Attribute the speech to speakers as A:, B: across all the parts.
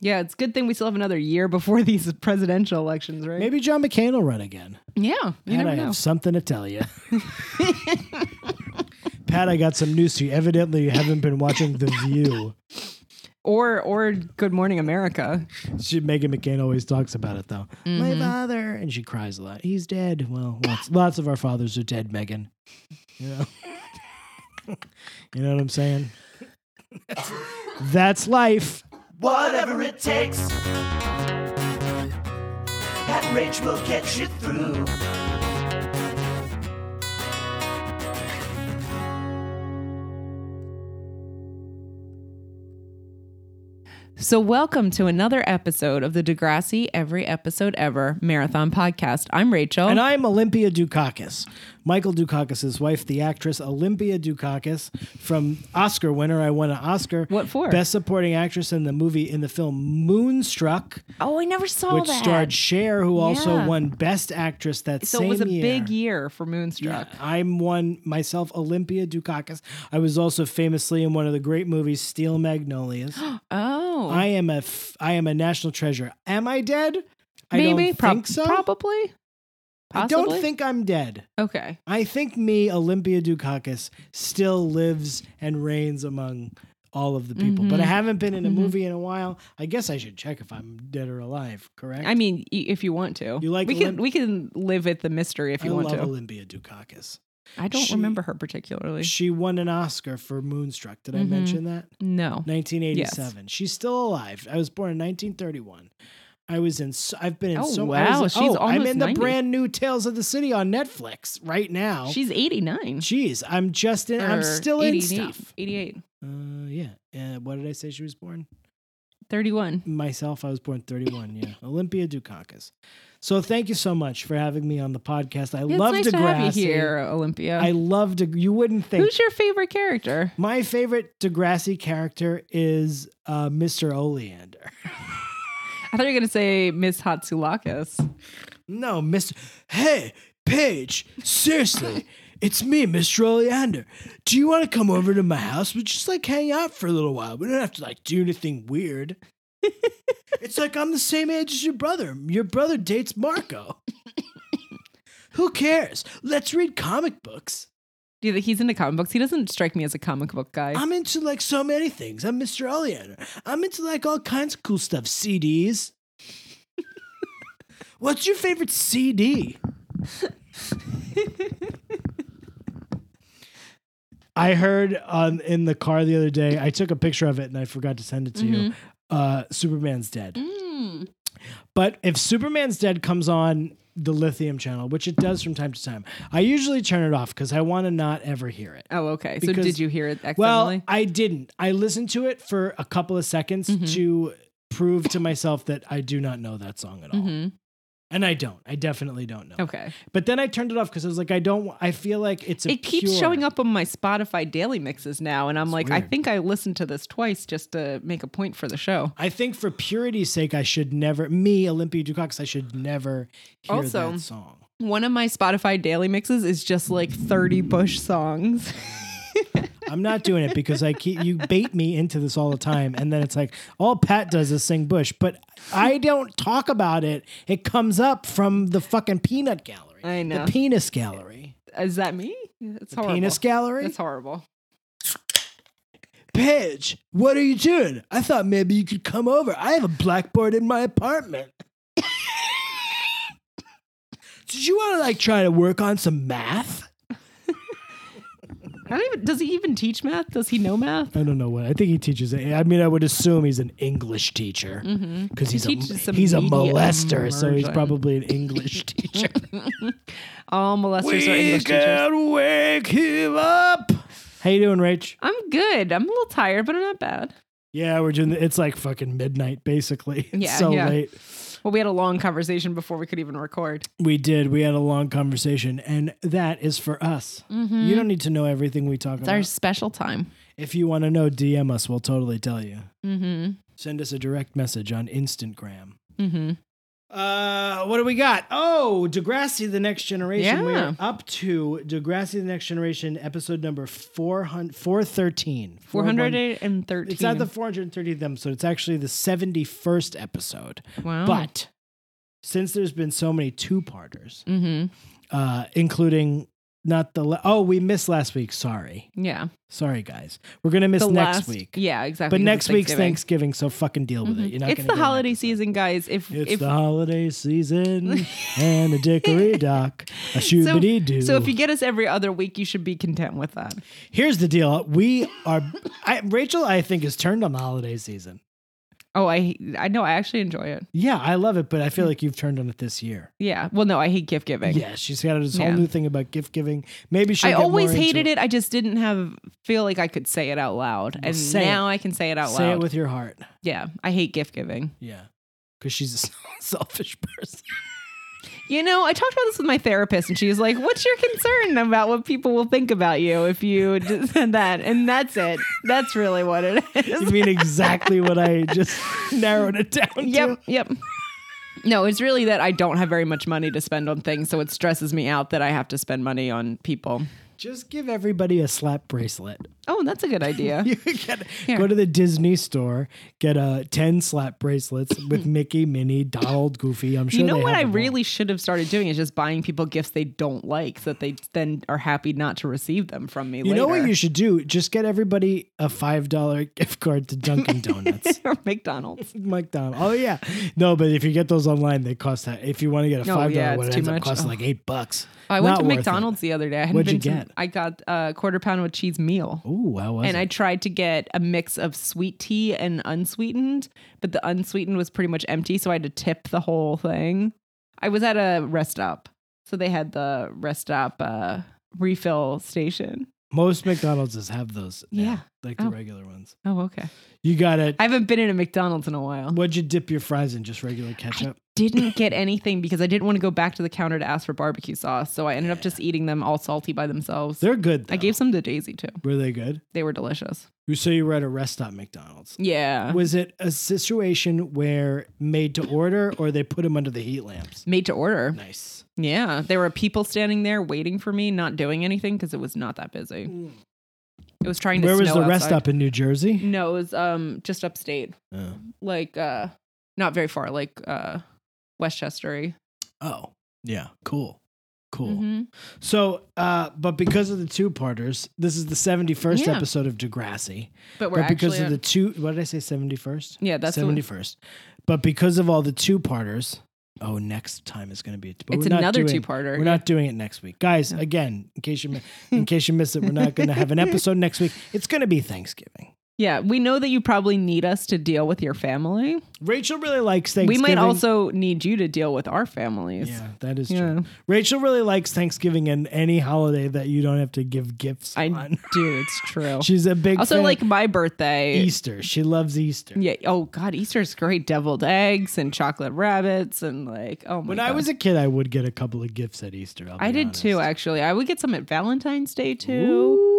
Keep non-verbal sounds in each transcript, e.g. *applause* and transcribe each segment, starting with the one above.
A: Yeah, it's a good thing we still have another year before *laughs* these presidential elections, right?
B: Maybe John McCain will run again.
A: Yeah, you
B: Pat,
A: never
B: I
A: know.
B: have something to tell
A: *laughs*
B: you. Pat, I got some news to you. Evidently, you haven't been watching The View.
A: Or or Good Morning America.
B: She, Megan McCain always talks about it, though.
A: Mm-hmm.
B: My father. And she cries a lot. He's dead. Well, lots, lots of our fathers are dead, Megan. You know? *laughs* you know what I'm saying? That's life.
C: Whatever it takes. Pat Rage will get you through.
D: So, welcome to another episode of the Degrassi Every Episode Ever Marathon Podcast. I'm Rachel.
A: Oh.
B: And I'm Olympia Dukakis, Michael Dukakis' wife, the actress Olympia Dukakis, from Oscar winner. I won an Oscar.
A: What for?
B: Best Supporting Actress in the movie in the film Moonstruck,
D: oh, I never saw
B: which starred Cher, who also
D: Yeah.
B: won Best Actress that
A: So
B: same
A: it was a
B: year.
A: big year for Moonstruck.
B: I'm one myself, Olympia Dukakis. I was also famously in one of the great movies,
A: *gasps*
B: Steel Magnolias.
D: Oh,
B: I am a f- I am a national treasure. Am I dead? I don't
D: maybe.
B: think
D: Prob-
B: so.
D: Probably.
B: I don't
D: Possibly?
B: think I'm dead.
A: Okay.
B: I think me, Olympia Dukakis, still lives and reigns among all of the people. But I
A: Mm-hmm.
B: haven't been in a movie in a while. I guess I should check if I'm dead or alive, correct?
A: I mean, y- if you want to,
B: You like
A: we can
B: Olymp-
A: we can live at the mystery if you
B: I
A: want
B: love
A: to.
B: Olympia Dukakis.
A: I don't
B: She-
A: remember her particularly.
B: She won an Oscar for Moonstruck. Did I
A: Mm-hmm.
B: mention that?
A: no.
B: 1987. She's still alive. I was born in 1931. I was in. So, I've been in
A: Oh,
B: so. I
A: wow.
B: was-
A: She's
B: oh, I'm
A: almost
B: in the
A: 90.
B: brand new Tales of the City on Netflix right now.
A: She's 89.
B: Jeez, I'm just in.
A: Or
B: I'm still
A: 88,
B: in stuff.
A: 88.
B: Uh, yeah. Uh, what did I say she was born?
A: 31.
B: Myself, I was born 31. Yeah. Olympia Dukakis. So thank you so much for having me on the podcast. I
A: Yeah,
B: love
A: it's nice
B: Degrassi.
A: to have you here, Olympia.
B: I love De- You wouldn't think.
A: Who's your favorite character?
B: My favorite Degrassi character is uh, Mr. Oleander.
A: I thought you were gonna say Miss Hatsulakis.
B: No, Mr. Hey, Paige, seriously. It's me, Mr. Oleander. Do you want to come over to my house? We just like hang out for a little while. We don't have to like do anything weird. it's like I'm the same age as your brother. Your brother dates Marco. Who cares? Let's read comic books.
A: Do you think he's into comic books? He doesn't strike me as a comic book guy.
B: I'm into like so many things. I'm Mr. Oleander. I'm into like all kinds of cool stuff. CDs. What's your favorite CD? I heard on in the car the other day. I took a picture of it and I forgot to send it to you. Uh, Superman's dead.
A: Mm.
B: But if Superman's Dead comes on the Lithium channel, which it does from time to time, I usually turn it off because I want to not ever hear it.
A: Oh, okay. so
B: Because-
A: did you hear it accidentally?
B: Well, I didn't. I listened to it for a couple of seconds
A: Mm-hmm.
B: to prove to myself that I do not know that song at all. And I don't. I definitely don't know.
A: Mm-hmm. okay.
B: But then I turned it off because I was like, I don't. I feel like it's a
A: It keeps
B: pure-
A: showing up on my Spotify daily mixes now, and I'm like, I
B: weird.
A: think I listened to this twice just to make a point for the show.
B: I think for purity's sake, I should never. Me, Olympia Dukakis, I should never hear
A: Also-
B: that song.
A: One of my Spotify daily mixes is just like 30 Bush songs. *laughs*
B: I'm not doing it because I keep you bait me into this all the time, and then it's like all Pat does is sing Bush, but I don't talk about it. It comes up from the fucking peanut gallery,
A: I know.
B: the penis gallery,
A: is that me? It's
B: the
A: horrible.
B: penis gallery.
A: That's horrible.
B: Paige, what are you doing? I thought maybe you could come over. I have a blackboard in my apartment. *laughs* Did you want to like try to work on some math?
A: I don't even, does he even teach math? Does he know math?
B: I don't know what. I think he teaches. I mean, I would assume he's an English teacher
A: Mm.
B: because
A: Mm-hmm.
B: he's
A: teaches
B: a
A: some
B: he's a
A: media
B: molester, so he's
A: immersion.
B: probably an
A: *laughs*
B: English teacher.
A: All molesters are English teachers.
B: wake him up. How you doing, Rach?
A: I'm good. I'm a little tired, but I'm not bad.
B: Yeah, we're doing. It's like fucking midnight, basically. It's
A: Yeah,
B: so
A: yeah.
B: late.
A: Well, we had a long conversation before we could even record.
B: We did. We had a long conversation, and that is for us.
A: Mm-hmm.
B: You don't need to know everything we talk
D: it's
B: about.
D: our special time.
B: If you want to know, DM us. We'll totally tell you.
D: Mm-hmm.
B: Send us a direct message on Instagram.
D: Mm-hmm.
B: Uh, what do we got? Oh, Degrassi: The Next Generation. We
A: Yeah.
B: are up to Degrassi: The Next Generation, episode number 400, 413.
A: 413.
B: It's not the 413th episode. It's actually the 71st episode.
A: Wow.
B: But since there's been so many two-parters,
A: hmm
B: uh, including not the la- oh, we missed last week. Sorry,
A: Yeah.
B: sorry guys. We're gonna miss
A: the
B: next
A: last,
B: week.
A: Yeah, exactly.
B: But
A: 'cause
B: next
A: it's
B: week's Thanksgiving, so fucking deal with it. You're not
A: Mm-hmm. it's
B: gonna
A: the
B: get an
A: holiday
B: episode.
A: season, guys. If
B: It's
A: if
B: the
A: *laughs*
B: holiday season and a dickory dock, a shoobity doo.
A: so if you get us every other week, you should be content with that.
B: here's the deal, we are I, Rachel. I think is turned on the holiday season.
A: Oh, I I know. I actually enjoy it.
B: Yeah, I love it, but I
A: Mm.
B: feel like you've turned on it this year.
A: Yeah. Well, no, I hate gift giving.
B: Yeah, she's got this
A: Yeah.
B: whole new thing about gift giving. Maybe she.
A: I always hated it. I just didn't have feel like I could say it out loud, and
B: say it.
A: now I can say it out
B: Say
A: loud.
B: it with your heart.
A: yeah, I hate gift giving.
B: Yeah, because she's a *laughs* selfish
A: *laughs*
B: person.
A: You know, I talked about this with my therapist, and she's like, "What's your concern about what people will think about you if you d- *laughs* said that?" And that's it. That's really what it is.
B: *laughs* You mean exactly what I just narrowed it down
A: *laughs*
B: to.
A: Yep, yep. No, it's really that I don't have very much money to spend on things, so it stresses me out that I have to spend money on people.
B: Just give everybody a slap bracelet.
A: Oh, that's a good idea.
B: You could *laughs* get, go to the Disney store, get a ten slap bracelets
A: *clears throat*
B: with Mickey, Minnie, Donald, Goofy. I'm sure
A: you know
B: they
A: what I
B: have them all.
A: really should have started doing is just buying people gifts they don't like so that they then are happy not to receive them from me
B: You
A: later.
B: know what you should do? Just get everybody a five dollar gift card
A: *laughs*
B: to Dunkin' Donuts. *laughs*
A: or McDonald's.
B: McDonald. Oh yeah, no, but if you get those online, they cost that. If you want to get a
A: Oh,
B: five dollar
A: yeah,
B: one,
A: it's too
B: it ends up
A: much.
B: costing
A: Oh.
B: like eight bucks.
A: I went
B: Not
A: to
B: worth it.
A: McDonald's the other day. I hadn't
B: What'd
A: been
B: you
A: to-
B: get?
A: I got a quarter pound with cheese meal.
B: Ooh, how was
A: and
B: it?
A: I tried to get a mix of sweet tea and unsweetened, but the unsweetened was pretty much empty, so I had to tip the whole thing. I was at a rest stop, so they had the rest stop uh, refill station.
B: Most McDonald's have those. now,
A: Yeah.
B: like the
A: Oh.
B: regular ones.
A: Oh, okay.
B: You got it.
A: I haven't been in a McDonald's in a while.
B: What'd you dip your fries in? Just regular ketchup.
A: Didn't get anything because I didn't want to go back to the counter to ask for barbecue sauce, so I ended up just eating them all salty by themselves.
B: They're good. Though.
A: I gave some to Daisy too.
B: Were they good?
A: They were delicious.
B: You say you were at a rest stop McDonald's.
A: Yeah.
B: Was it a situation where made to order or they put them under the heat lamps?
A: Made to order.
B: Nice.
A: Yeah, there were people standing there waiting for me, not doing anything because it was not that busy. It was trying to.
B: Where was
A: snow
B: the rest
A: outside. Mm-hmm.
B: stop in New Jersey?
A: No, it was um just upstate,
B: Oh.
A: like uh not very far, like uh Westchester.
B: Oh, yeah. Cool. Cool.
A: Mm-hmm.
B: So, uh, but because of the two parters, this is the 71st
A: Yeah.
B: episode of Degrassi.
A: But we're
B: but because
A: actually
B: of the
A: on-
B: two, what did I say, 71st?
A: Yeah, that's the one.
B: 71st. But because of all the two parters, oh, next time is going to be a two
A: It's another two-parter,
B: We're
A: yeah.
B: not doing it next week. Guys, again, in case
A: *laughs*
B: you mi- in case you miss it, we're not going to have an episode next week. It's going to be Thanksgiving.
A: yeah. We know that you probably need us to deal with your family.
B: Rachel really likes
A: We
B: Thanksgiving.
A: might also need you to deal with our families.
B: Yeah, that is
A: Yeah.
B: true. Rachel really likes Thanksgiving and any holiday that you don't have to give gifts
A: I *laughs*
B: on.
A: do. It's true.
B: She's a big
A: also,
B: fan
A: like
B: of
A: my birthday.
B: Easter. She loves Easter.
A: Yeah. Oh God, Easter's great. Deviled eggs and chocolate rabbits and like oh my.
B: When
A: God.
B: I was a kid, I would get a couple of gifts at Easter. I'll
A: I
B: be
A: did
B: honest.
A: too, actually. I would get some at Valentine's Day too.
B: Ooh.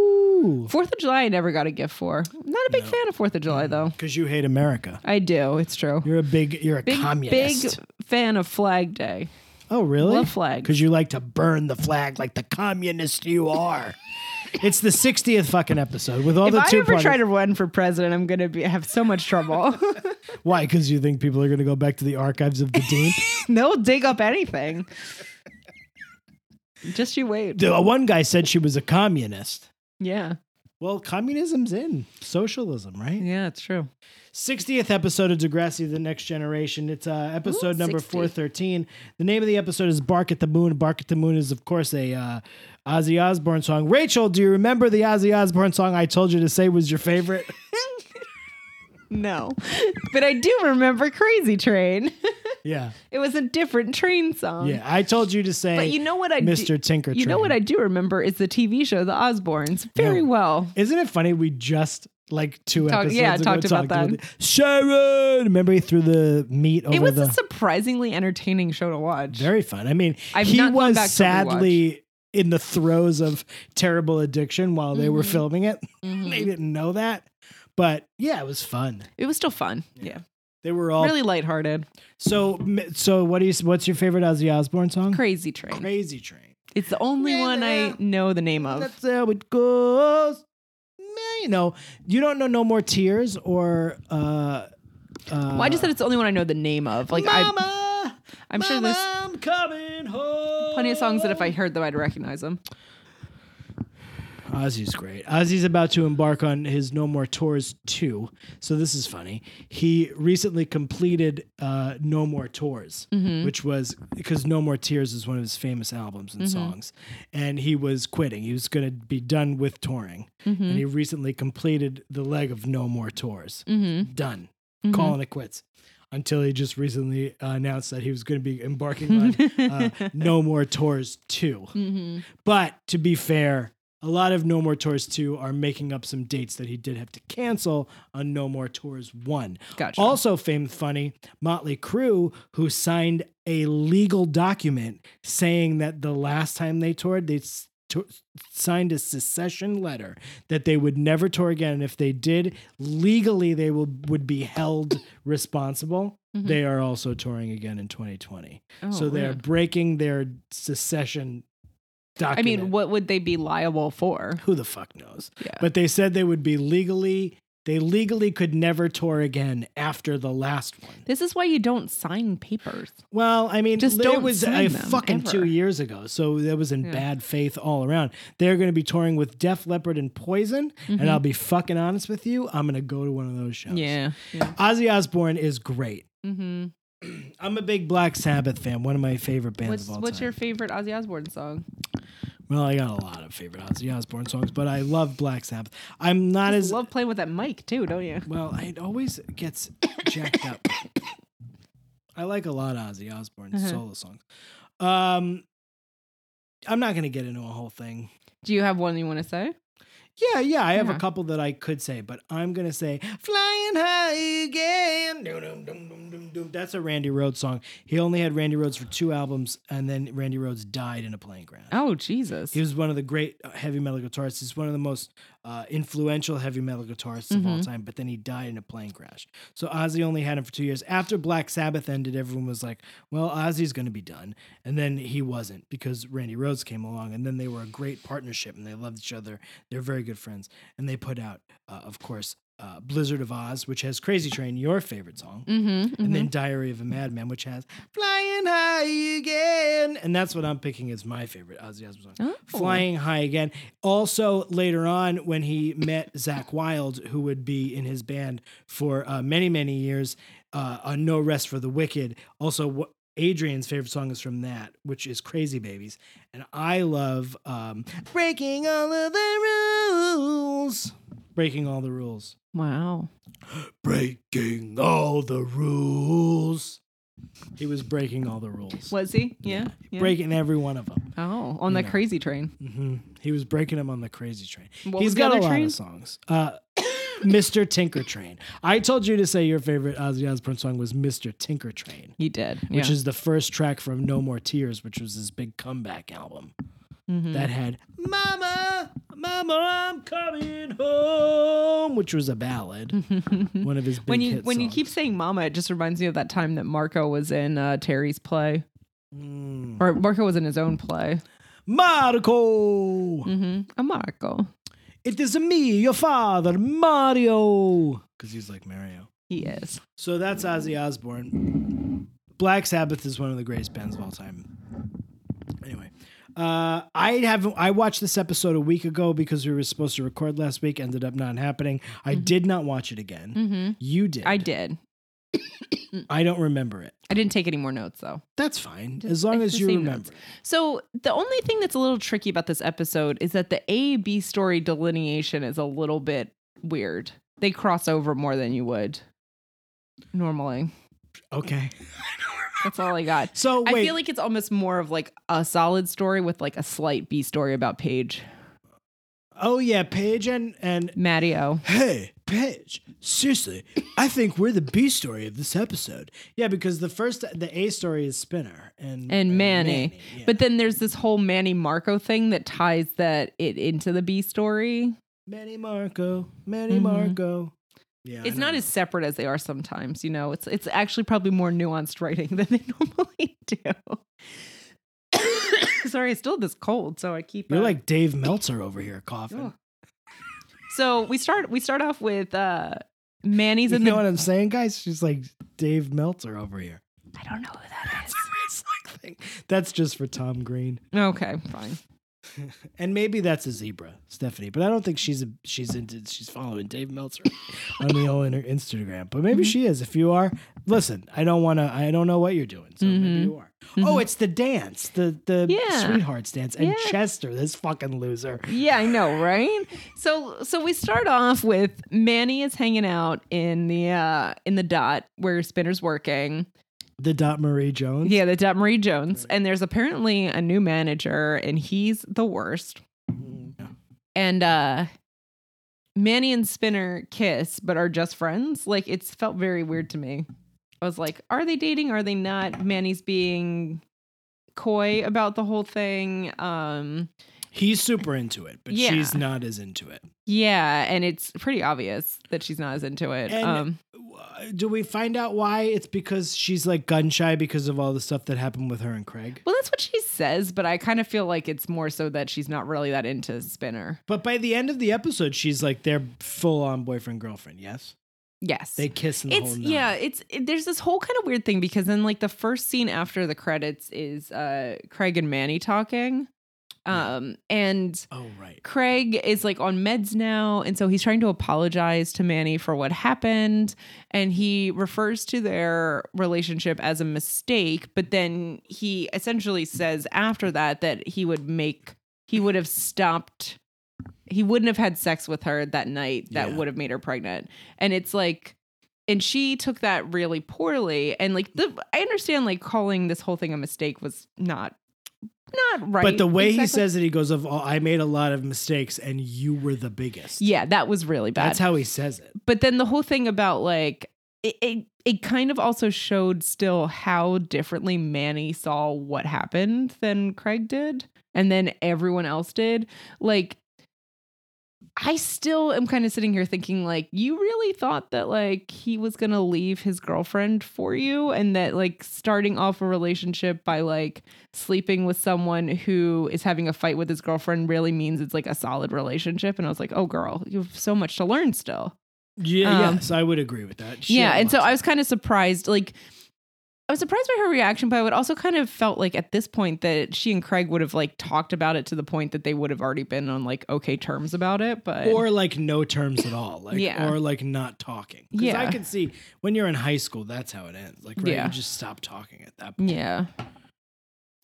A: Fourth of July, I never got a gift for. I'm not a big fan of Fourth of July though.
B: Because you hate America.
A: I do. It's true.
B: You're a big. You're a
A: Big,
B: communist.
A: big fan of Flag Day.
B: oh, really?
A: love flags.
B: Because you like to burn the flag like the communist
A: *laughs*
B: you are. it's the 60th fucking episode with all
A: If
B: the
A: I
B: two.
A: ever try
B: partners.
A: to run for president, I'm gonna be have so much trouble.
B: *laughs*
A: *laughs*
B: Why? Because you think people are going to go back to the archives of the
A: *laughs*
B: dean?
A: They'll dig up anything. Just you wait.
B: The- uh, One guy said she was a communist.
A: Yeah.
B: Well, communism's in socialism, right?
A: Yeah, it's true.
B: 60th episode of Degrassi, The Next Generation. It's uh, episode
A: Ooh,
B: number
A: 60.
B: 413. The name of the episode is Bark at the Moon. Bark at the Moon is, of course, a uh, Ozzy Osbourne song. Rachel, do you remember the Ozzy Osbourne song I told you to say was your favorite? *laughs*
A: No. But I do remember Crazy Train. *laughs*
B: yeah.
A: it was a different train song.
B: Yeah. I told you to say
A: But you know what I
B: Mr.
A: do-
B: Tinker
A: You know
B: Train.
A: what I do remember is the TV show The Osbournes very
B: Yeah.
A: well.
B: Isn't it funny? We just like two
A: Talk-
B: episodes
A: yeah,
B: ago
A: talked about
B: that. Sharon! Remember he threw the meat over
A: It was
B: the.
A: a surprisingly entertaining show to watch.
B: Very fun. I mean,
A: I've
B: he
A: not gone
B: was
A: back to
B: sadly in the throes of terrible addiction while they
A: Mm-hmm.
B: were *laughs* filming it. they didn't know that. But yeah, it was fun.
A: It was still fun. Yeah.
B: They were all
A: Really lighthearted.
B: so. So what do you? What's your favorite Ozzy Osbourne song?
A: Crazy Train.
B: Crazy Train.
A: It's the only one I know the name of.
B: That's how it goes. Nah, You know, you don't know no more tears or. uh
A: Well, I just said it's the only one I know the name of. Like I,
B: Mama,
A: I'm sure
B: Mama,
A: there's
B: I'm coming home.
A: plenty of songs that if I heard them, I'd recognize them.
B: Ozzy's great. Ozzy's about to embark on his No More Tours 2. So this is funny. He recently completed uh, No More Tours, which was because No More Tears is one of his famous albums and songs. And he was quitting. He was going to be done with touring. And he recently completed the leg of No More Tours.
A: Mm-hmm.
B: Done. Calling it quits. Until he just recently uh, announced that he was going to be embarking
A: Mm-hmm.
B: on
A: *laughs*
B: uh, No More Tours 2. But to be fair, a lot of No More Tours 2 are making up some dates that he did have to cancel on No More Tours 1.
A: Gotcha.
B: Also, fame funny, Motley Crue, who signed a legal document saying that the last time they toured, they s- to- signed a secession letter that they would never tour again. And if they did, legally they will, would be held responsible. They are also touring again in 2020.
A: Oh,
B: so they're breaking their secession
A: I
B: document.
A: mean, what would they be liable for?
B: Who the fuck knows?
A: Yeah.
B: But they said they would be legally, they legally could never tour again after the last one.
A: This is why you don't sign papers.
B: Well, I mean,
A: Just
B: it
A: don't
B: was
A: sign
B: a
A: them,
B: fucking
A: ever.
B: two years ago, so that was in
A: Yeah.
B: bad faith all around. They're going to be touring with Def Leppard and Poison,
A: Mm-hmm.
B: and I'll be fucking honest with you, I'm going to go to one of those shows.
A: Yeah. yeah.
B: Ozzy Osbourne is great. *clears throat*
A: Mm-hmm.
B: I'm a big Black Sabbath fan, one of my favorite bands
A: What's
B: of all
A: what's
B: time.
A: your favorite Ozzy Osbourne song?
B: well, I got a lot of favorite Ozzy Osbourne songs, but I love Black Sabbath. I'm not
A: I
B: as
A: love playing with that mic too, don't you?
B: Well, it always gets jacked up. I like a lot of Ozzy Osbourne solo songs. Um, I'm not going to get into a whole thing.
A: Do you have one you want to
B: Uh,
A: say?
B: Yeah, yeah, I have
A: Yeah.
B: a couple that I could say, but I'm going to say Flying High Again. Dum, dum, dum, dum, dum, dum. That's a Randy Rhodes song. He only had Randy Rhodes for two albums, and then Randy Rhodes died in a plane crash.
A: Oh Jesus.
B: He was one of the great uh, heavy metal guitarists. He's one of the most uh, influential heavy metal guitarists of all time. But then he died in a plane crash. So Ozzy only had him for two years. After Black Sabbath ended, everyone was like, "Well, Ozzy's going to be done," and then he wasn't because Randy Rhodes came along, and then they were a great partnership, and they loved each other. They're very good friends, and they put out, uh, of course. Uh, Blizzard of Oz, which has Crazy Train, your favorite song,
A: Mm-hmm.
B: and then Diary of a Madman, which has Flying High Again, and that's what I'm picking as my favorite Ozzy Osbourne song.
A: Oh.
B: Flying High Again. Also, later on, when he met Zach Wild, who would be in his band for uh, many, many years, uh, on No Rest for the Wicked. Also, wh- Adrian's favorite song is from that, which is Crazy Babies. And I love um, Breaking All of the Rules. Breaking All the Rules.
A: Wow.
B: Breaking All the Rules. He was breaking all the rules,
A: Was he? Yeah. yeah.
B: breaking every one of them.
A: Oh, on that
B: know.
A: crazy train.
B: hmm He was breaking him on the crazy train.
A: What
B: He's
A: was the
B: got a
A: other
B: lot
A: train?
B: of songs. Uh, Mr. Tinker Train. I told you to say your favorite Ozzy Osbourne song was Mr. Tinker Train,
A: He did.
B: which
A: yeah.
B: is the first track from No More Tears, which was his big comeback album.
A: Mm-hmm.
B: That had Mama, Mama, I'm coming home, which was
A: *laughs*
B: a ballad. one of his big
A: when you
B: hit
A: when you
B: songs.
A: keep saying mama, it just reminds me of that time that Marco was in uh, Terry's play,
B: Mm. Hmm.
A: or Marco was in his own play.
B: Marco,
A: Mm-hmm. A Marco,
B: it is me, your father, Mario. Because he's like Mario.
A: he is.
B: So that's Ozzy Osbourne. Black Sabbath is one of the greatest bands of all time. Anyway, uh, I haven't. I watched this episode a week ago because we were supposed to record last week. Ended up not happening. I did not watch it again.
A: Mm-hmm.
B: You did.
A: I did.
B: I don't remember it.
A: I didn't take any more notes though.
B: That's fine
A: Just-
B: as long
A: it's
B: as
A: the
B: you
A: same
B: remember. it.
A: So the only thing that's a little tricky about this episode is that the A B story delineation is a little bit weird. They cross over more than you would normally.
B: Okay.
A: That's all I
B: *laughs*
A: got.
B: So wait.
A: I feel like it's almost more of like a solid story with like a slight B story about Paige.
B: oh yeah, Paige and and
A: Matty O.
B: Hey, Paige, seriously, I think we're the B story of this episode. Yeah, because the first, the A story is Spinner and,
A: and Manny.
B: yeah.
A: But then there's this whole Manny Marco thing that ties that it into the B story.
B: Manny Marco, Manny
A: Mhm.
B: Marco. Yeah.
A: It's not as separate as they are sometimes, you know. It's it's actually probably more nuanced *laughs* writing than they normally do. *coughs* Sorry, I still have this cold, so I keep
B: You're
A: uh,
B: like Dave Meltzer over here coughing.
A: Ugh. So we start we start off with uh Manny's
B: You
A: in
B: know
A: the
B: what I'm saying, guys? She's like Dave Meltzer over here. *laughs*
A: I don't know who that is.
B: It's like thing- That's just for Tom Green,
A: Okay, fine.
B: and maybe that's a zebra, Stephanie. But I don't think she's a, she's into she's following
A: *laughs*
B: Dave Meltzer on the whole inter- Instagram. But
A: Mm-hmm.
B: maybe she is. If you are, listen. I don't want to. I don't know what you're doing. So maybe
A: Mhm.
B: you are. Oh, it's the dance, the the
A: Yeah.
B: sweethearts dance, and
A: Yeah.
B: Chester, this fucking loser.
A: Yeah, I know, right? So so we start off with Manny is hanging out in the uh in the dot where Spinner's working.
B: The Dot Marie Jones.
A: Yeah, the dot Marie Jones. And there's apparently a new manager and he's the worst.
B: Mm-hmm.
A: And uh Manny and Spinner kiss but are just friends. Like it's felt very weird to me. I was like, are they dating? Are they not? Manny's being coy about the whole thing. Um
B: He's super into it, but
A: Yeah.
B: she's not as into it.
A: yeah, and it's pretty obvious that she's not as into it.
B: And-
A: um
B: Do we find out why? It's because she's like gun shy because of all the stuff that happened with her and Craig.
A: well, that's what she says, but I kind of feel like it's more so that she's not really that into Spinner.
B: But by the end of the episode, she's like they're full on boyfriend girlfriend. Yes,
A: Yes.
B: they kiss in the
A: it's
B: whole. nine.
A: yeah it's it, there's this whole kind of weird thing because then like the first scene after the credits is uh craig and manny talking um and
B: Oh right.
A: craig is like on meds now and so he's trying to apologize to manny for what happened and he refers to their relationship as a mistake but then he essentially says after that that he would make he would have stopped he wouldn't have had sex with her that night that
B: Yeah.
A: would have made her pregnant and it's like and she took that really poorly and like the i understand like calling this whole thing a mistake was not not right
B: But the way he
A: exactly.
B: says it, he goes of oh, I made a lot of mistakes, and you were the biggest.
A: yeah that was really bad
B: that's how he says it.
A: but then the whole thing about like it, it it kind of also showed still how differently Manny saw what happened than Craig did and then everyone else did like I still am kind of sitting here thinking like you really thought that like he was going to leave his girlfriend for you and that like starting off a relationship by like sleeping with someone who is having a fight with his girlfriend really means it's like a solid relationship and I was like oh girl you have so much to learn still
B: Yeah,
A: Um,
B: yes, I would agree with that.
A: yeah,
B: Shit,
A: and so
B: lots
A: I
B: of-
A: was kind of surprised. Like, I was surprised by her reaction, but I would also kind of felt like at this point that she and Craig would have like talked about it to the point that they would have already been on like okay terms about it. But
B: or like no terms at all, like
A: Yeah.
B: or like not talking. 'Cause
A: Yeah.
B: I can see when you're in high school, that's how it ends. Like, right,
A: Yeah.
B: you just stop talking at that point.
A: yeah,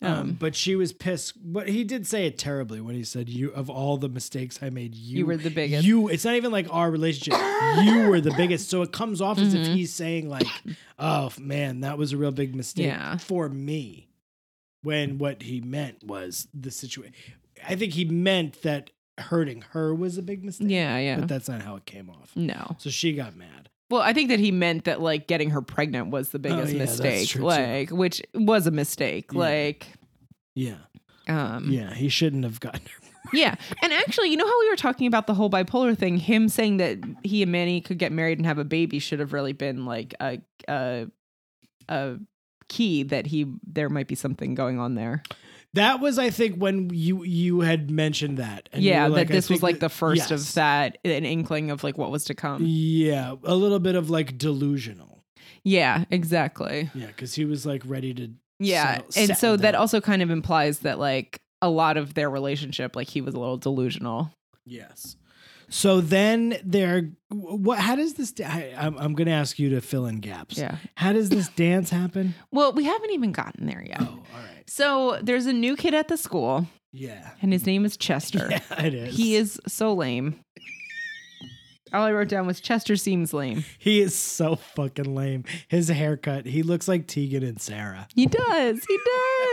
B: Um,
A: Um,
B: but she was pissed. But he did say it terribly when he said, "You of all the mistakes I made, you,
A: you, were the biggest.
B: You. It's not even like our relationship. you were the biggest. So it comes off as
A: Mm-hmm.
B: if he's saying like, "Oh f- man, that was a real big mistake
A: Yeah.
B: for me." When what he meant was the situation. I think he meant that hurting her was a big mistake.
A: yeah, Mm. yeah.
B: But that's not how it came off.
A: no.
B: So she got mad.
A: Well, I think that he meant that like getting her pregnant was the biggest
B: Oh, yeah, that's
A: mistake,
B: true, too.
A: like which was a mistake,
B: Yeah.
A: like
B: Yeah.
A: um
B: Yeah. He shouldn't have gotten her.
A: Yeah. And actually, you know how we were talking about the whole bipolar thing? Him saying that he and Manny could get married and have a baby should have really been like a a, a key that he there might be something going on there.
B: That was, I think, when you you had mentioned that. and you
A: yeah,
B: were like,
A: that
B: I
A: this was
B: think
A: like the first
B: yes.
A: of that an inkling of like what was to come.
B: Yeah, a little bit of like delusional.
A: Yeah, exactly.
B: Yeah, because he was like ready to.
A: Yeah.
B: settle-
A: and so
B: settle
A: that
B: down.
A: also kind of implies that like a lot of their relationship like he was a little delusional.
B: Yes. So then there, what? How does this? da- I, I'm I'm going to ask you to fill in gaps.
A: Yeah.
B: How does this *laughs*
A: *laughs*
B: dance happen?
A: Well, we haven't even gotten there yet.
B: Oh, all right.
A: So there's a new kid at the school
B: Yeah.
A: and his name is Chester.
B: *laughs* Yeah, it is.
A: He is so lame. All I wrote down was Chester seems lame.
B: He is so fucking lame. His haircut. He looks like Tegan and Sarah.
A: He does. He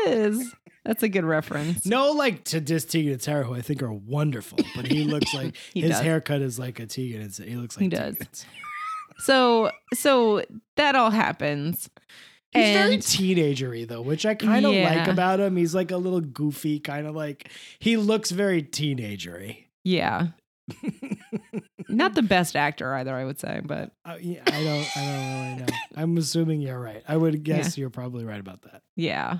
A: does. That's a good reference.
B: No, like to diss Tegan and Sarah, who I think are wonderful, but he
A: *laughs*
B: looks like
A: He
B: his
A: does.
B: haircut is like a Tegan and Sarah. He looks like
A: He
B: Tegan
A: does.
B: and Sarah.
A: So so that all happens.
B: He's very
A: and
B: teenagery though, which I kind of like
A: Yeah.
B: about him. He's like a little goofy, kind of like he looks very teenagery.
A: *laughs* yeah. Not the best actor either, I would say, but
B: Uh, yeah, I don't. I don't really know. I'm assuming you're right. I would guess you're probably right about that.
A: yeah.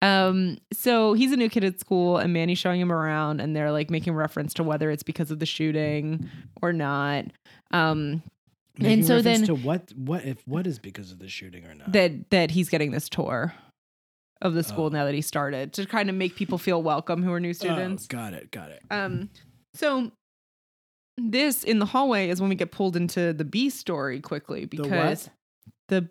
A: Um, so he's a new kid at school, and Manny's showing him around, and they're like making reference to whether it's because of the shooting or not. Um, And
B: Making
A: so
B: reference
A: then-
B: to what? What if what is because of the shooting or not?
A: that that he's getting this tour of the school
B: Oh.
A: now that he started to kind of make people feel welcome who are new
B: Oh,
A: students.
B: got it. Got it.
A: Um, so this in the hallway is when we get pulled into the B story quickly
B: what?
A: because the,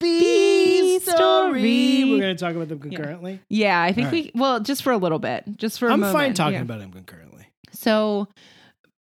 B: B
A: story.
B: We're gonna talk about them
A: Yeah.
B: concurrently.
A: yeah, I think
B: All right.
A: we well just for a little bit, just for a
B: I'm fine
A: moment,
B: talking
A: yeah.
B: about
A: *laughs*
B: them concurrently.
A: So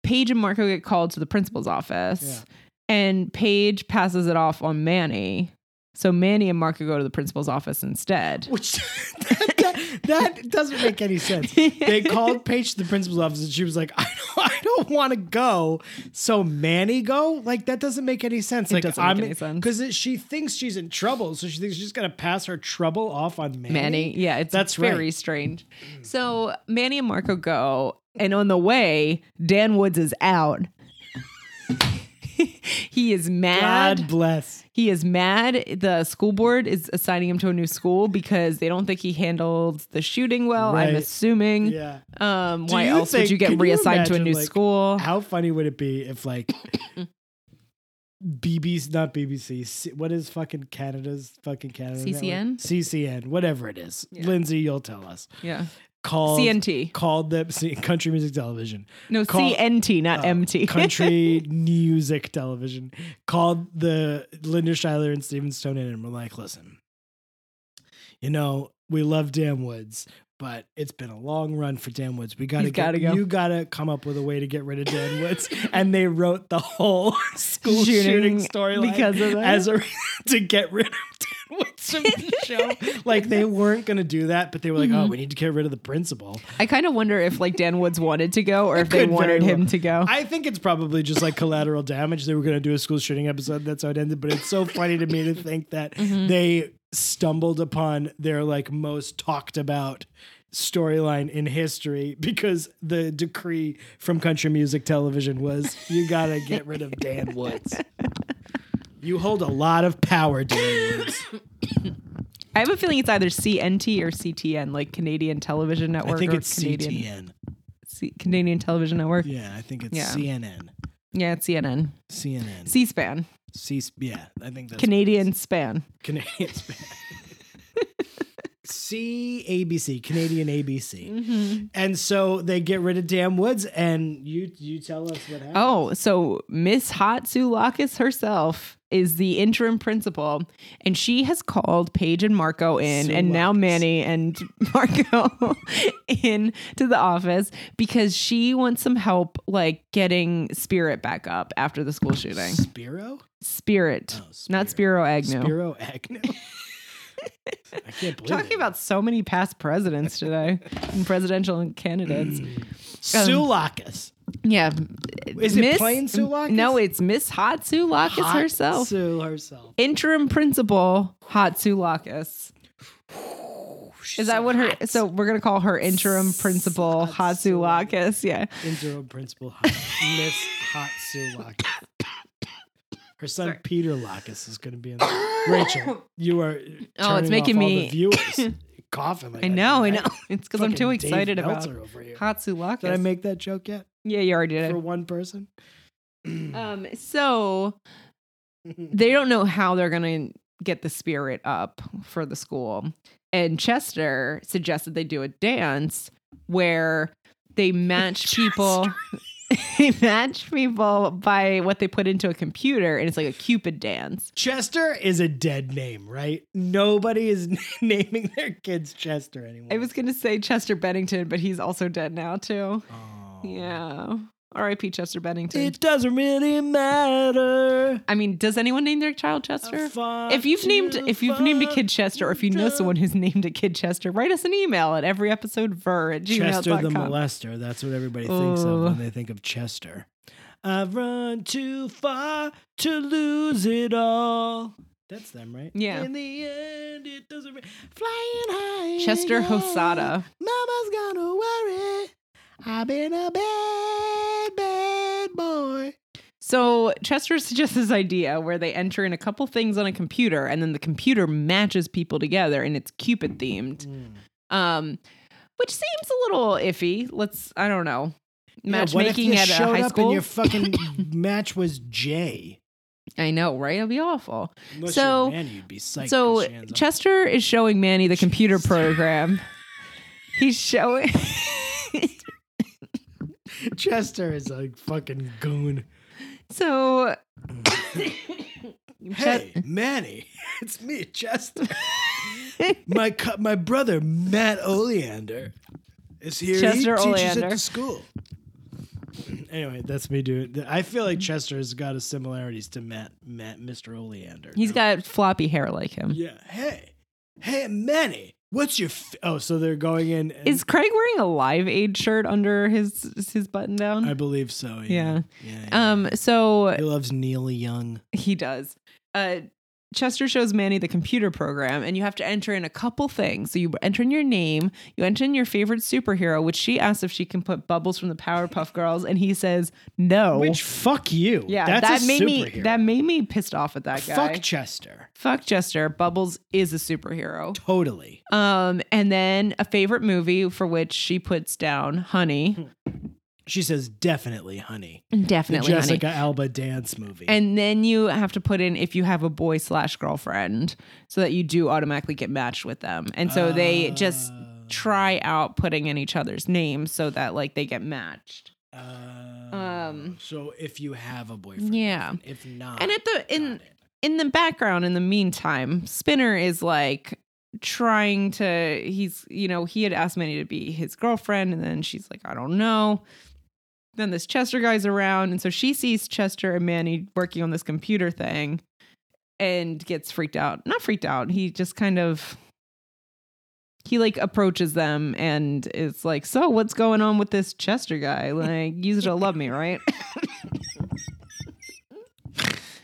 A: Paige and Marco get called to the principal's office, and Paige passes it off on Manny. So Manny and Marco go to the principal's office instead.
B: Which that, that, that doesn't make any
A: *laughs*
B: sense. They called Paige to the principal's office and she was like, I don't, I don't want to go. So Manny go? Like that doesn't make any sense.
A: It
B: like
A: doesn't make any sense.
B: Because she thinks she's in trouble, so she thinks she's gonna pass her trouble off on Manny.
A: Manny. Yeah, it's that's
B: That's
A: very
B: right.
A: strange. So Manny and Marco go, and on the way, Dan Woods is out. *laughs* he is mad.
B: God bless.
A: He is mad. The school board is assigning him to a new school because they don't think he handled the shooting well.
B: Right.
A: I'm assuming.
B: Yeah.
A: Um,
B: Do
A: why
B: you
A: else would
B: think-
A: you get
B: can you
A: reassigned to a
B: imagine,
A: new
B: like,
A: school?
B: How funny would it be
A: *coughs*
B: if like BB's not BBC. C- What is fucking Canada's fucking Canada? network?
A: CCN?
B: CCN, whatever it is.
A: Yeah.
B: Lindsay, you'll tell us.
A: yeah.
B: Called
A: CNT.
B: called them see, country music television.
A: No,
B: call-
A: CNT, not
B: uh,
A: MT. *laughs*
B: country *laughs* music television called the Linda Schuyler and Steven Stone in and we're like, listen, you know, we love Dan Woods, but it's been a long run for Dan Woods. We gotta
A: He's
B: get-
A: gotta go.
B: you gotta come up with a way to get rid of
A: *laughs*
B: Dan Woods. and they wrote the whole *laughs* school shooting,
A: Shooting
B: storyline
A: because of that?
B: as a to get rid of Dan
A: *laughs*
B: Woods from the show. Like they weren't gonna do that, but they were like, oh, we need to get rid of the principal.
A: I kind of wonder if like Dan Woods wanted to go or if they
B: could very
A: wanted him
B: well.
A: to go.
B: I think it's probably just like collateral damage. They were going to do a school shooting episode. That's how it ended. But it's so funny to me to
A: *laughs*
B: think that
A: Mm-hmm.
B: they stumbled upon their like most talked about storyline in history because the decree from country music television was you got to get rid of
A: *laughs*
B: Dan Woods. You hold a lot of power, Dan Woods.
A: I have a feeling it's either CNT or CTN, like Canadian Television Network.
B: I think
A: or
B: it's
A: Canadian,
B: CTN.
A: C- Canadian Television Network. Yeah,
B: Yeah, I think it's
A: Yeah.
B: CNN.
A: it's CNN.
B: CNN.
A: C-SPAN.
B: C- yeah, I think that's
A: Canadian Span.
B: Canadian Spanish. *laughs* C ABC, Canadian ABC.
A: Mm-hmm.
B: And so they get rid of Dan Woods and you you tell us what happened.
A: Oh, so Miss Hatsulakis herself is the interim principal, and she has called Paige and Marco in, and now
B: Soulakis.
A: Manny and *laughs* Marco *laughs* in to the office because she wants some help, like getting Spirit back up after the school shooting.
B: Spiro?
A: Spirit,
B: Oh,
A: not Spiro Agnew.
B: Spiro
A: *laughs*
B: Agnew. I can't believe
A: Talking
B: it.
A: about so many past presidents today and presidential candidates. um,
B: Soulakis.
A: *clears throat* Yeah.
B: Is it plain Soulakis?
A: No, it's Miss Hatsulakis
B: Hot
A: herself.
B: Sue herself.
A: interim principal Hatsulakis. Is that what her? So we're gonna call her interim principal
B: Hatsulakis.
A: Hatsulakis. Yeah,
B: Interim principal hot, Miss Hot Sue Lockus. Her son Peter Lockus is going to be in there. Rachel, you are.
A: Oh, it's
B: turning
A: making
B: off all
A: me- *laughs*
B: the viewers coughing. Like
A: I know, I
B: did.
A: know. *laughs* It's because I'm too
B: Fucking Dave
A: excited about
B: Meltzer over here.
A: Hatsulakis.
B: Did I make that joke yet
A: yeah, you already did.
B: for one person?
A: Um, so they don't know how they're gonna get the spirit up for the school. And Chester suggested they do a dance where they
B: *laughs*
A: match people. *laughs* they match people by what they put into a computer, and it's like a cupid dance.
B: *clears throat* Chester is a dead name, right? Nobody is *laughs* naming their kids Chester anymore.
A: I was gonna say Chester Bennington, but he's also dead now too.
B: Oh.
A: Yeah. R.I.P. Chester Bennington.
B: It doesn't really matter.
A: I mean, does anyone name their child Chester?
B: Fuck
A: if you've named
B: you,
A: if you've named a
B: fuck
A: kid Chester or if you know someone who's named a kid Chester, write us an email at every episode ver at
B: Chester the
A: gmail.com.
B: molester. That's what everybody thinks of
A: Ooh.
B: when they think of Chester. I've run too far to lose it all. That's them, right?
A: Yeah.
B: In the end, it doesn't. Re- Flying high. in
A: Chester
B: the air.
A: Hosada.
B: Mama's gonna worry. I've been a bad, bad boy.
A: So Chester suggests this idea where they enter in a couple things on a computer and then the computer matches people together and it's Cupid themed.
B: Hmm.
A: Um which seems a little iffy. Let's I don't know.
B: Yeah, what if
A: Matchmaking
B: you
A: at a
B: showed
A: high
B: up
A: school.
B: and your fucking
A: *coughs*
B: match was Jay?
A: I know, right? It'll be awful.
B: Unless
A: So-
B: you're a man, you'd be psyched.
A: so
B: 'cause your hands up.
A: Chester is showing Manny the computer
B: *laughs*
A: program. He's showing
B: Chester is a fucking goon. *coughs*
A: So
B: Hey, Manny, *laughs* it's
A: *laughs*
B: me, Chester. my co- my brother Matt Oleander is here.
A: Chester
B: he teaches at
A: Oleander.
B: the school. Anyway, that's me doing. th- I feel like Chester has got a similarities to Matt, Matt, Mr. Oleander.
A: he's got floppy hair like him.
B: Yeah. Hey, hey, Manny, what's your? F- oh, so they're going in. and-
A: Is Craig wearing a live aid shirt under his his button down?
B: I believe so.
A: yeah.
B: Yeah. yeah, yeah.
A: Um so
B: he loves Neil Young.
A: He does. Uh, Chester shows Manny the computer program, and you have to enter in a couple things. So you enter in your name, you enter in your favorite superhero, which she asks if she can put bubbles from the Powerpuff Girls, and he says no.
B: Which fuck you.
A: yeah,
B: That's
A: that
B: a
A: made me
B: superhero.
A: that made me pissed off at that guy.
B: fuck Chester.
A: Fuck Chester. Bubbles is a superhero.
B: Totally.
A: Um, and then a favorite movie for which she puts down Honey,
B: She says definitely, honey. The
A: definitely Honey.
B: Jessica Alba dance movie.
A: And then you have to put in if you have a boy slash girlfriend so that you do automatically get matched with them. And so
B: Ah.
A: they just
B: Uh,
A: try out putting in each other's names so that like they get matched.
B: um. uh, So if you have a boyfriend,
A: Yeah.
B: If not,
A: And at the in
B: got it. *laughs*
A: in the background in the meantime, Spinner is like trying to he's you know, he had asked Manny to be his girlfriend and then she's like I don't know. Then this Chester guy's around and so she sees Chester and Manny working on this computer thing and gets freaked out. Not freaked out. He just kind of he like approaches them and is like, "So, what's going on with this Chester guy? Like, you still love me, right?"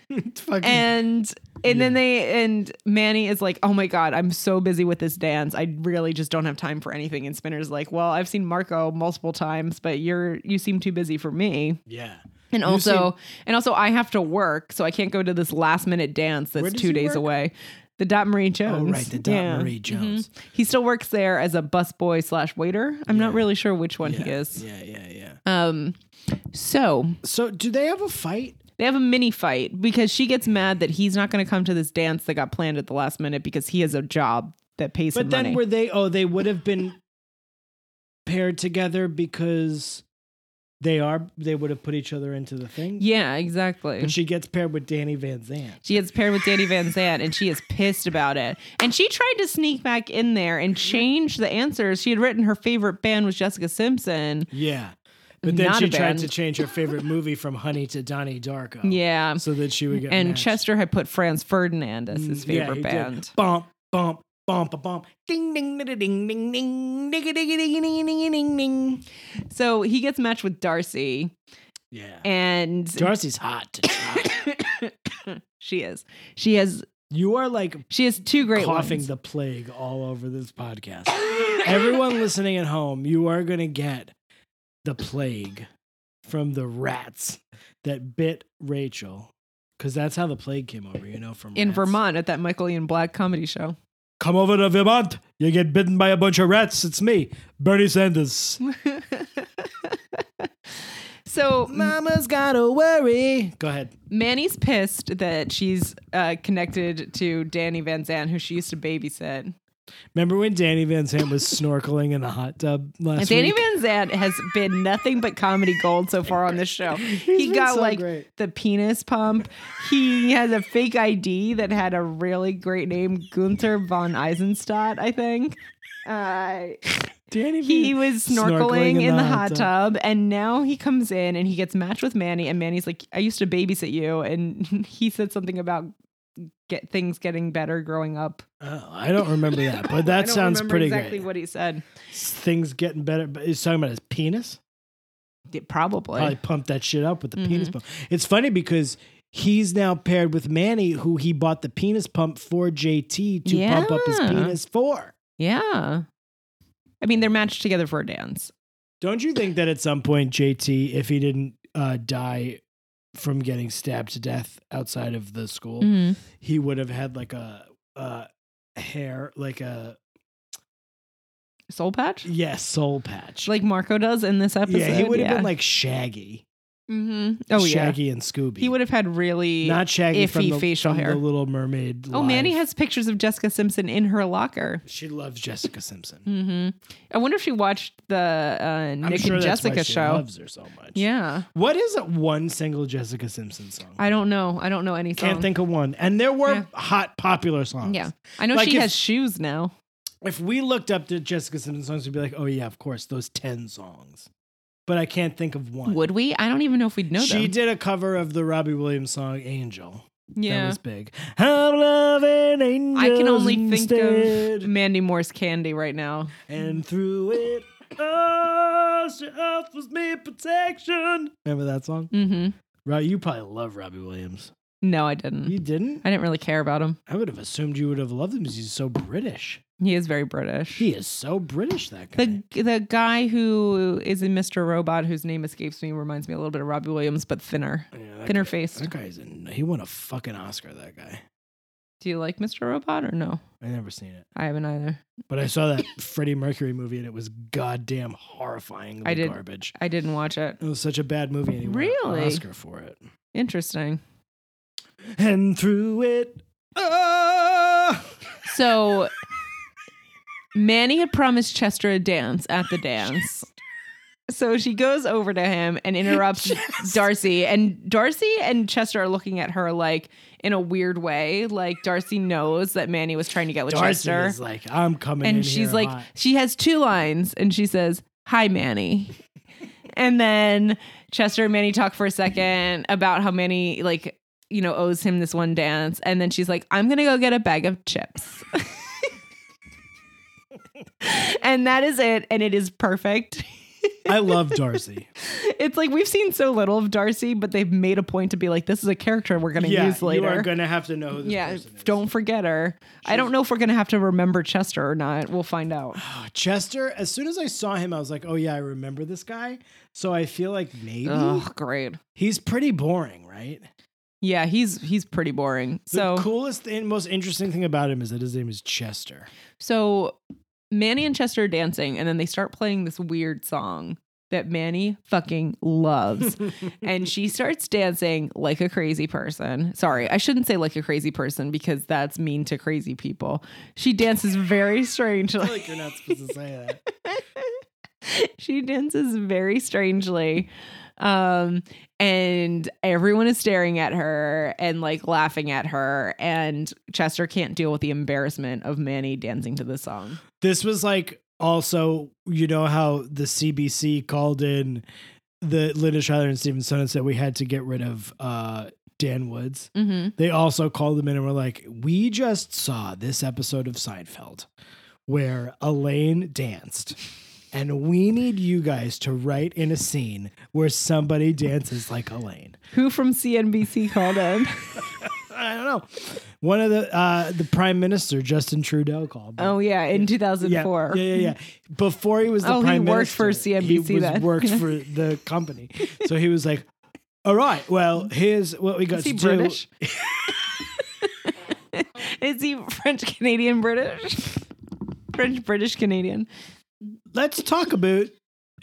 B: It's fucking-
A: and and then they and Manny is like, "Oh my god, I'm so busy with this dance. I really just don't have time for anything." And Spinner's like, "Well, I've seen Marco multiple times, but you're you seem too busy for me."
B: yeah,
A: And also and also I have to work, so I can't go to this last minute dance
B: Where
A: that's
B: does
A: 2
B: he
A: days
B: work?
A: away. The Dot Marie Jones.
B: oh right, the Dot
A: Yeah. Mm-hmm.
B: Marie Jones.
A: He still works there as a busboy slash waiter. I'm not really sure which one he
B: Yeah,
A: is.
B: Yeah, yeah, yeah.
A: Um, so
B: So do they have a fight?
A: They have a mini fight because she gets mad that he's not going to come to this dance that got planned at the last minute because he has a job that pays him
B: But then
A: money.
B: were they? Oh, they would have been paired together because they are. They would have put each other into the thing.
A: yeah, exactly.
B: But
A: She-,
B: she gets paired with Danny Van Zandt.
A: gets paired with Danny Van Zandt and she is pissed about it. And she tried to sneak back in there and change the answers. She had written her favorite band was Jessica Simpson.
B: Yeah. But then
A: Not
B: she
A: a
B: tried
A: band.
B: to change her favorite movie from Honey to Donnie Darko.
A: Yeah.
B: Oh, So that she would get
A: and
B: matched.
A: Chester had put Franz Ferdinand as his
B: Mm, Yeah,
A: favorite
B: he did.
A: band.
B: Bump, bump, bump, a bump. Ding, ding, ding, ding, ding, ding, ding, ding, ding, ding, ding, ding, ding.
A: So he gets matched with Darcy
B: Yeah.
A: and
B: Darcy's hot to
A: *laughs*
B: try.
A: *coughs* she is. She has
B: you are like
A: she has two great
B: coughing
A: ones.
B: the plague all over this podcast. *laughs* Everyone listening at home, you are going to get the plague from the rats that bit Rachel. Because that's how the plague came over, you know, from
A: in
B: rats.
A: Vermont at that Michael Ian Black comedy show.
B: Come over to Vermont. You get bitten by a bunch of rats. It's me,
A: *laughs*
B: Bernie Sanders.
A: so
B: Mama's got to worry. Go ahead.
A: Manny's pissed that she's uh, connected to Danny Van Zandt, who she used to babysit.
B: Remember when Danny Van Zandt was snorkeling in the hot tub last
A: Danny
B: week?
A: Van Zandt has been nothing but comedy gold so far on this
B: *laughs*
A: show. he
B: been
A: got
B: so
A: like
B: great.
A: the penis pump. He has a fake ID that had a really great name, Gunther von Eisenstadt, I think. Uh,
B: Danny
A: he
B: *laughs* Van-
A: was snorkeling, in, the, hot tub. and now he comes in and he gets matched with Manny and Manny's like I used to babysit you and *laughs* he said something about get things getting better growing up.
B: Oh, I don't remember that,
A: *laughs*
B: but
A: I
B: that
A: don't
B: sounds
A: remember
B: pretty
A: exactly
B: great.
A: what he said.
B: Things getting better. But he's talking about his penis.
A: Yeah, probably.
B: Probably pumped that shit up with
A: Mm-hmm.
B: the penis pump. It's funny because he's now paired with Manny, who he bought the penis pump for JT to pump up his
A: Yeah.
B: penis for.
A: Yeah. I mean, they're matched together for a dance.
B: Don't you think that at some point JT, if he didn't uh, die from getting stabbed to death outside of the school,
A: Mm.
B: he would have had like a uh, hair, like a
A: Soul patch?
B: yes soul patch.
A: Like Marco does in this episode.
B: yeah, he would have been like Shaggy.
A: hmm Oh, yeah.
B: Shaggy and Scooby.
A: He would have had really.
B: not Shaggy from
A: iffy
B: the,
A: facial
B: from the
A: hair.
B: Little Mermaid.
A: oh, Manny
B: live.
A: has pictures of Jessica Simpson in her locker.
B: She loves Jessica Simpson.
A: hmm I wonder if she watched the uh,
B: I'm
A: Nick
B: sure
A: and
B: that's why
A: Jessica
B: she
A: show.
B: Loves her so much.
A: yeah.
B: What is one single Jessica Simpson song?
A: I don't know. I don't know any
B: can't
A: song.
B: think of one. And there were
A: Yeah.
B: hot popular songs.
A: Yeah. I know
B: Like
A: she
B: if-
A: has shoes now.
B: If we looked up the Jessica Simpson songs, we'd be like, oh yeah, of course, those ten songs. But I can't think of one.
A: Would we? I don't even know if we'd know
B: she
A: them.
B: did a cover of the Robbie Williams song "Angel." that
A: Yeah.
B: was big. I'm loving angels
A: I can only think
B: instead.
A: of Mandy Moore's Candy right now.
B: and through it. Oh, she offers me protection. Remember that song?
A: hmm
B: Right, you probably love Robbie Williams.
A: No, I didn't.
B: You didn't?
A: I didn't really care about him.
B: I would have assumed you would have loved him because he's so British.
A: He is very British.
B: He is so British, that guy.
A: the the guy who is in Mr. Robot, whose name escapes me, reminds me a little bit of Robbie Williams, but thinner,
B: Yeah, that
A: thinner
B: guy-
A: faced.
B: That guy's in. He won a fucking Oscar. That guy.
A: Do you like Mr. Robot or no?
B: I never seen it,
A: I haven't either.
B: but I saw that Freddie Mercury movie and it was goddamn horrifyingly
A: I did-
B: garbage.
A: I didn't watch it.
B: It was such a bad movie, and he won
A: Really?
B: an Oscar for it.
A: Interesting.
B: And through it, oh,
A: So Manny had promised Chester a dance at the dance. So she goes over to him and interrupts Darcy. And Darcy and Chester are looking at her like in a weird way. Like Darcy knows that Manny was trying to get with
B: Darcy
A: Chester.
B: is like, I'm coming. in
A: and she's
B: here
A: like,
B: hot.
A: she has two lines and she says, Hi, Manny. *laughs* and then Chester and Manny talk for a second about how Manny, like, you know, owes him this one dance. And then she's like, I'm going to go get a bag of chips. *laughs* and that is it. And it is perfect. *laughs*
B: I love Darcy.
A: It's like we've seen so little of Darcy, but they've made a point to be like, this is a character we're going to
B: yeah,
A: use later.
B: you are gonna have to know. Who this
A: yeah,
B: person is.
A: don't forget her. I don't know if we're going to have to remember Chester or not. We'll find out.
B: Oh, Chester. As soon as I saw him, I was like, oh yeah, I remember this guy. So I feel like maybe
A: Oh, great.
B: he's pretty boring, right?
A: Yeah, he's he's pretty boring.
B: The
A: So
B: coolest and most interesting thing about him is that his name is Chester. *laughs*
A: so Manny and Chester are dancing and then they start playing this weird song that Manny fucking
B: *laughs*
A: loves. and she starts dancing like a crazy person. Sorry, I shouldn't say like a crazy person because that's mean to crazy people. She dances very strangely.
B: I feel like you're not supposed to say that.
A: *laughs* she dances very strangely um and everyone is staring at her and like laughing at her and chester can't deal with the embarrassment of manny dancing to this song
B: This was like also, you know how the CBC called in the Linda Schuyler and Steven Sonnen said we had to get rid of uh, Dan Woods.
A: mm-hmm.
B: They also called them in and were like, "We just saw this episode of Seinfeld where Elaine danced." And we need you guys to write in a scene where somebody dances like Elaine.
A: who from cnbc called
B: *laughs*
A: in
B: I don't know. One of the uh, the prime minister Justin Trudeau called.
A: oh yeah in 2004
B: Yeah, yeah, yeah, yeah. Before he was the
A: Oh, he
B: prime
A: worked
B: minister,
A: for
B: He
A: CNBC
B: was
A: then. *laughs*
B: worked for the company, so he was like, "All right, well, here's what we got
A: is he
B: to *laughs*
A: british *laughs* is he french canadian british french british canadian
B: do. Let's talk about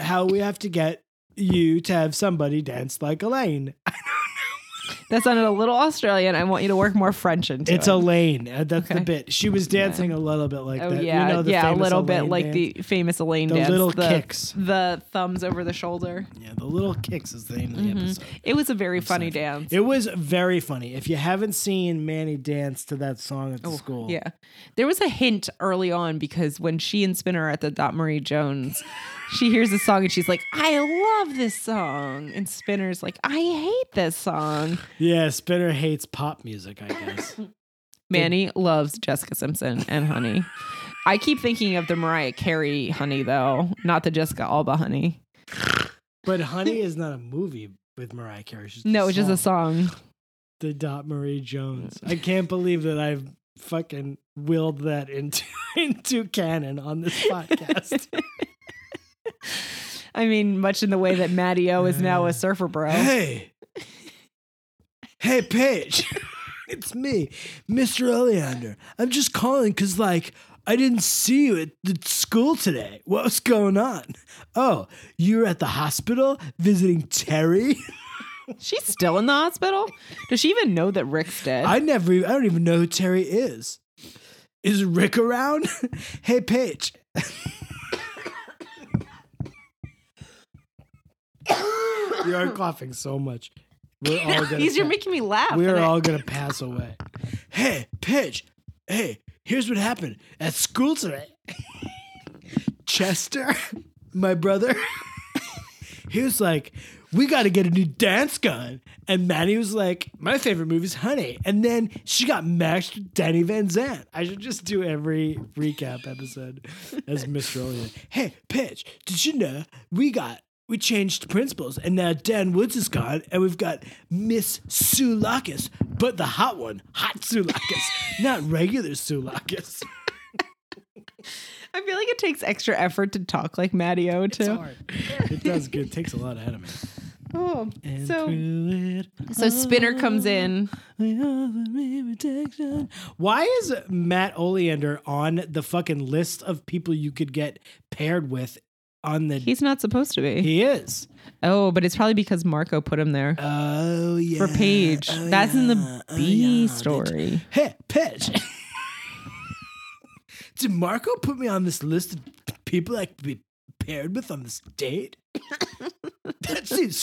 B: how we have to get you to have somebody dance like Elaine.
A: that sounded a little australian i want you to work more french into
B: It's
A: it.
B: Elaine. Uh, That's the
A: Okay.
B: bit. She was dancing a little bit like
A: Oh
B: that.
A: yeah,
B: you know, the
A: yeah, a
B: famous
A: little bit
B: Elaine
A: like
B: dance.
A: the famous Elaine
B: The
A: dance,
B: little kicks.
A: the thumbs over the shoulder.
B: yeah, the little kicks is the name
A: Mm-hmm.
B: of the episode.
A: It was a very funny dance.
B: It was very funny. If you haven't seen Manny dance to that song at the school,
A: Oh, yeah, there was a hint early on because when she and Spinner are at the Dot Marie Jones, she hears a song and she's like, "I love this song," and Spinner's like, "I hate this song."
B: Yeah, Spinner hates pop music, I guess. *laughs*
A: Manny loves Jessica Simpson and Honey. I keep thinking of the Mariah Carey Honey though, not the Jessica Alba Honey.
B: but Honey is not a movie with Mariah Carey. It's just
A: No, it's just a song.
B: The Dot Marie Jones.
A: *laughs*
B: I can't believe that I've fucking willed that
A: *laughs*
B: *laughs* into into canon on this podcast.
A: I I mean, much in the way that Matty O is now a surfer bro.
B: *laughs* Hey. Hey, Paige. *laughs* it's me, Mr. Oleander. I'm just calling because, like, I didn't see you at the school today. What was going on? Oh, you were at the hospital visiting Terry?
A: She's still in the hospital. Does she even know that Rick's dead?
B: I never, even- I don't even know who Terry is. Is Rick around? *laughs* hey, Paige. you are coughing so much. We're all gonna
A: These are
B: *laughs* pa-
A: making me laugh.
B: We're
A: and I-
B: all gonna pass away. Hey, Paige. Hey, here's what happened at school today. *laughs* Chester, my brother, he was like, "We got to get a new dance gun," and Maddie was like, "My favorite movie is Honey," and then she got matched with Danny Van Zandt. I should just do every recap episode as Mr. Olean. Hey, Paige, did you know we got we changed principals, and now Dan Woods is gone, and we've got Miss Sulakis, but the hot one, hot Sulakis, *laughs* not
A: *laughs*
B: regular Sulakis.
A: I feel like it takes extra effort to talk like Matty O too.
B: It does good. It takes a lot out of me.
A: Oh,
B: And
A: so Oh.
B: through it
A: so Spinner comes in.
B: We offer me protection. Why is Matt Oleander on the fucking list of people you could get paired with on the
A: He's not supposed to be.
B: He is.
A: Oh, but it's probably because Marco put him there
B: Oh yeah.
A: for Paige.
B: Oh,
A: That's in
B: yeah.
A: the
B: Oh,
A: B
B: yeah.
A: story.
B: Hey, Paige. *laughs* Did Marco put me on this list of people I could be paired with on this
A: *laughs*
B: date? that seems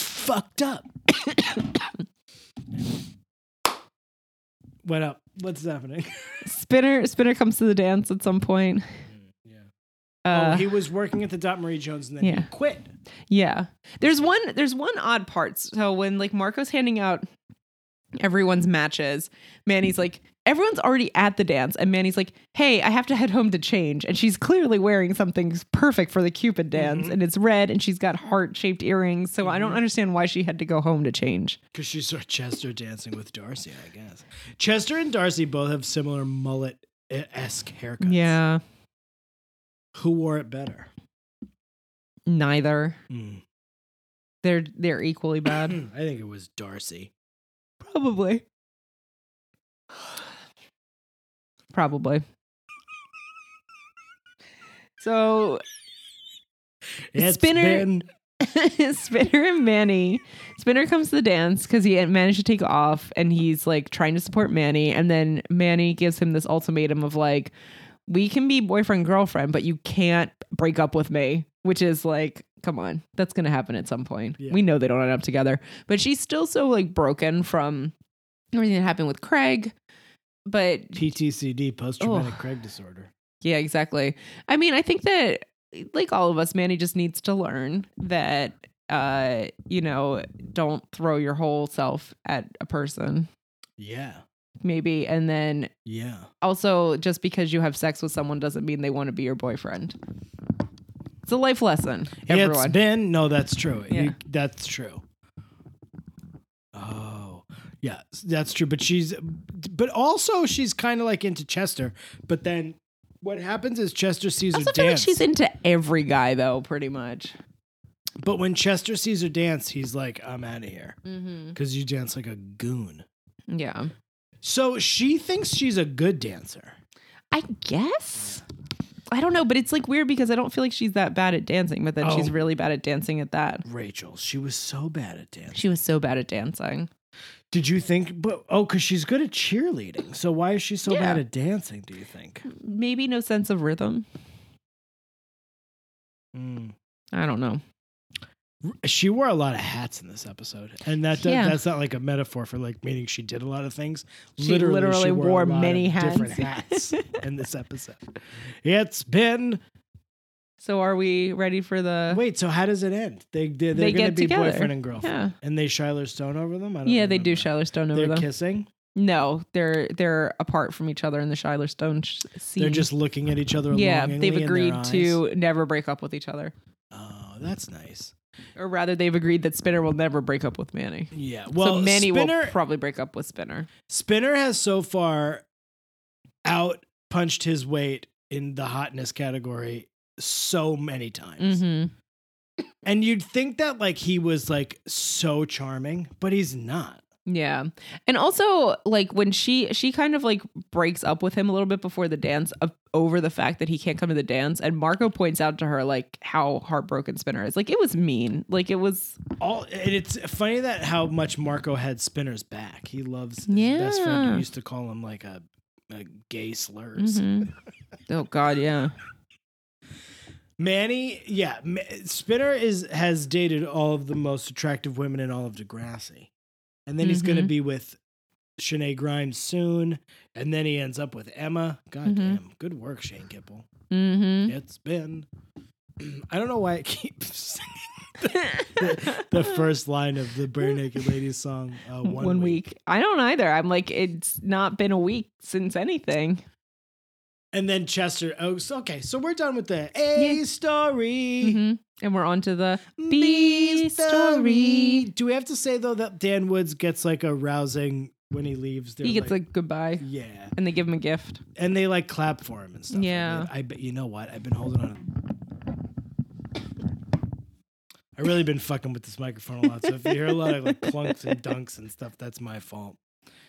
A: *coughs*
B: fucked up. what up? What's happening?
A: Spinner Spinner comes to the dance at some point.
B: oh,
A: Uh,
B: he was working at the Dot Marie Jones and then
A: yeah.
B: he quit.
A: Yeah. There's one there's one odd part. So when like Marco's handing out everyone's matches, Manny's like everyone's already at the dance and Manny's like, "Hey, I have to head home to change." And she's clearly wearing something perfect for the Cupid dance and it's red and she's got heart-shaped earrings. So I don't understand why she had to go home to change.
B: Because she saw Chester dancing with Darcy, I guess. Chester and Darcy both have similar mullet esque haircuts.
A: Yeah.
B: Who wore it better?
A: Neither.
B: Mm.
A: They're they're equally
B: Hmm. I *laughs*
A: bad.
B: think it was Darcy.
A: Probably. Probably. So Spinner-
B: been-
A: *laughs* Spinner and Manny. Spinner comes to the dance because he had managed to take off and he's like trying to support Manny. And then Manny gives him this ultimatum of like, we can be boyfriend, girlfriend, but you can't break up with me, which is like, come on, that's going to happen at some point.
B: Yeah.
A: We know they don't end up together, but she's still so like broken from everything that happened with Craig. But
B: PTCD, post traumatic
A: Oh.
B: Craig disorder.
A: yeah, exactly. I mean, I think that eh, like all of us, Manny just needs to learn that uh, you know, don't throw your whole self at a person,
B: Yeah.
A: maybe. And then
B: Yeah.
A: also just because you have sex with someone doesn't mean they want to be your boyfriend. It's a life lesson,
B: It's
A: everyone.
B: been, no, that's true.
A: Yeah.
B: You- that's true. Oh, yeah, that's true. But she's, but also she's kind of like into Chester. But then what happens is Chester sees
A: I
B: her
A: also feel like
B: dance.
A: she's into every guy though, pretty much.
B: But when Chester sees her dance, he's like, I'm out of here.
A: Mm-hmm.
B: Because you dance like a goon.
A: Yeah,
B: So she thinks she's a good dancer.
A: I guess. I don't know, but it's like weird because I don't feel like she's that bad at dancing, but then
B: Oh.
A: she's really bad at dancing at that.
B: Rachel, she was so bad at dance.
A: She was so bad at dancing.
B: Did you think, but oh, because she's good at cheerleading. So why is she so
A: Yeah.
B: bad at dancing, do you think?
A: Maybe no sense of rhythm.
B: Mm.
A: I don't know.
B: She wore a lot of hats in this episode. And that does,
A: Yeah.
B: that's not like a metaphor for like meaning she did a lot of things.
A: She literally
B: a
A: wore
B: lot
A: many
B: of different
A: hats.
B: hats in this episode. It's been.
A: So are we ready for the
B: Wait, so how does it end? They, they're, they're
A: They
B: going to
A: get
B: be
A: together.
B: boyfriend and girlfriend.
A: Yeah.
B: And they Shiler Stone over them? I don't
A: Yeah, they do
B: remember.
A: Shiler Stone over
B: They're
A: them.
B: kissing.
A: No, they're they're apart from each other in the Shiler Stone sh- scene.
B: They're just looking at each other.
A: yeah,
B: longingly
A: they've
B: in their
A: agreed
B: eyes.
A: to never break up with each other,
B: Oh, that's nice.
A: or rather, they've agreed that Spinner will never break up with Manny.
B: Yeah. Well,
A: so Manny
B: Spinner
A: will probably break up with Spinner.
B: Spinner has so far out punched his weight in the hotness category so many times.
A: Mm-hmm.
B: And you'd think that like he was like so charming, but he's not.
A: Yeah. And also like when she she kind of like breaks up with him a little bit before the dance of, over the fact that he can't come to the dance and Marco points out to her like how heartbroken Spinner is. Like it was mean. Like it was
B: All and it's funny that how much Marco had Spinner's back. He loves his best
A: Yeah.
B: friend who used to call him like a, a gay slurs.
A: Mhm. Oh god, yeah.
B: Manny, yeah, Ma- Spinner is has dated all of the most attractive women in all of Degrassi, and then he's going to
A: Mm-hmm.
B: be with Shanae Grimes soon, and then he ends up with Emma. God
A: Mhm.
B: damn, good work, Shane Kipple.
A: Mhm.
B: It's been. *clears throat* I don't know why it *laughs* keeps the, *laughs*
A: *laughs*
B: the first line of the Bare Naked Ladies song. Uh, one,
A: One, week. I don't either. I'm like it's not been a week since anything.
B: and then Chester Oaks. Okay, so we're done with the A
A: Yeah.
B: story.
A: Mhm. And we're on to the
B: B
A: B
B: story.
A: story.
B: Do we have to say though that Dan Woods gets like a rousing when he leaves? They're
A: he gets
B: like,
A: a goodbye
B: yeah,
A: and they give him a gift.
B: and they like clap for him and stuff.
A: Yeah.
B: I, mean, I bet you know what I've been holding on. I really been fucking with this microphone a lot, so if you hear a lot of like clunks and dunks and stuff, that's my fault.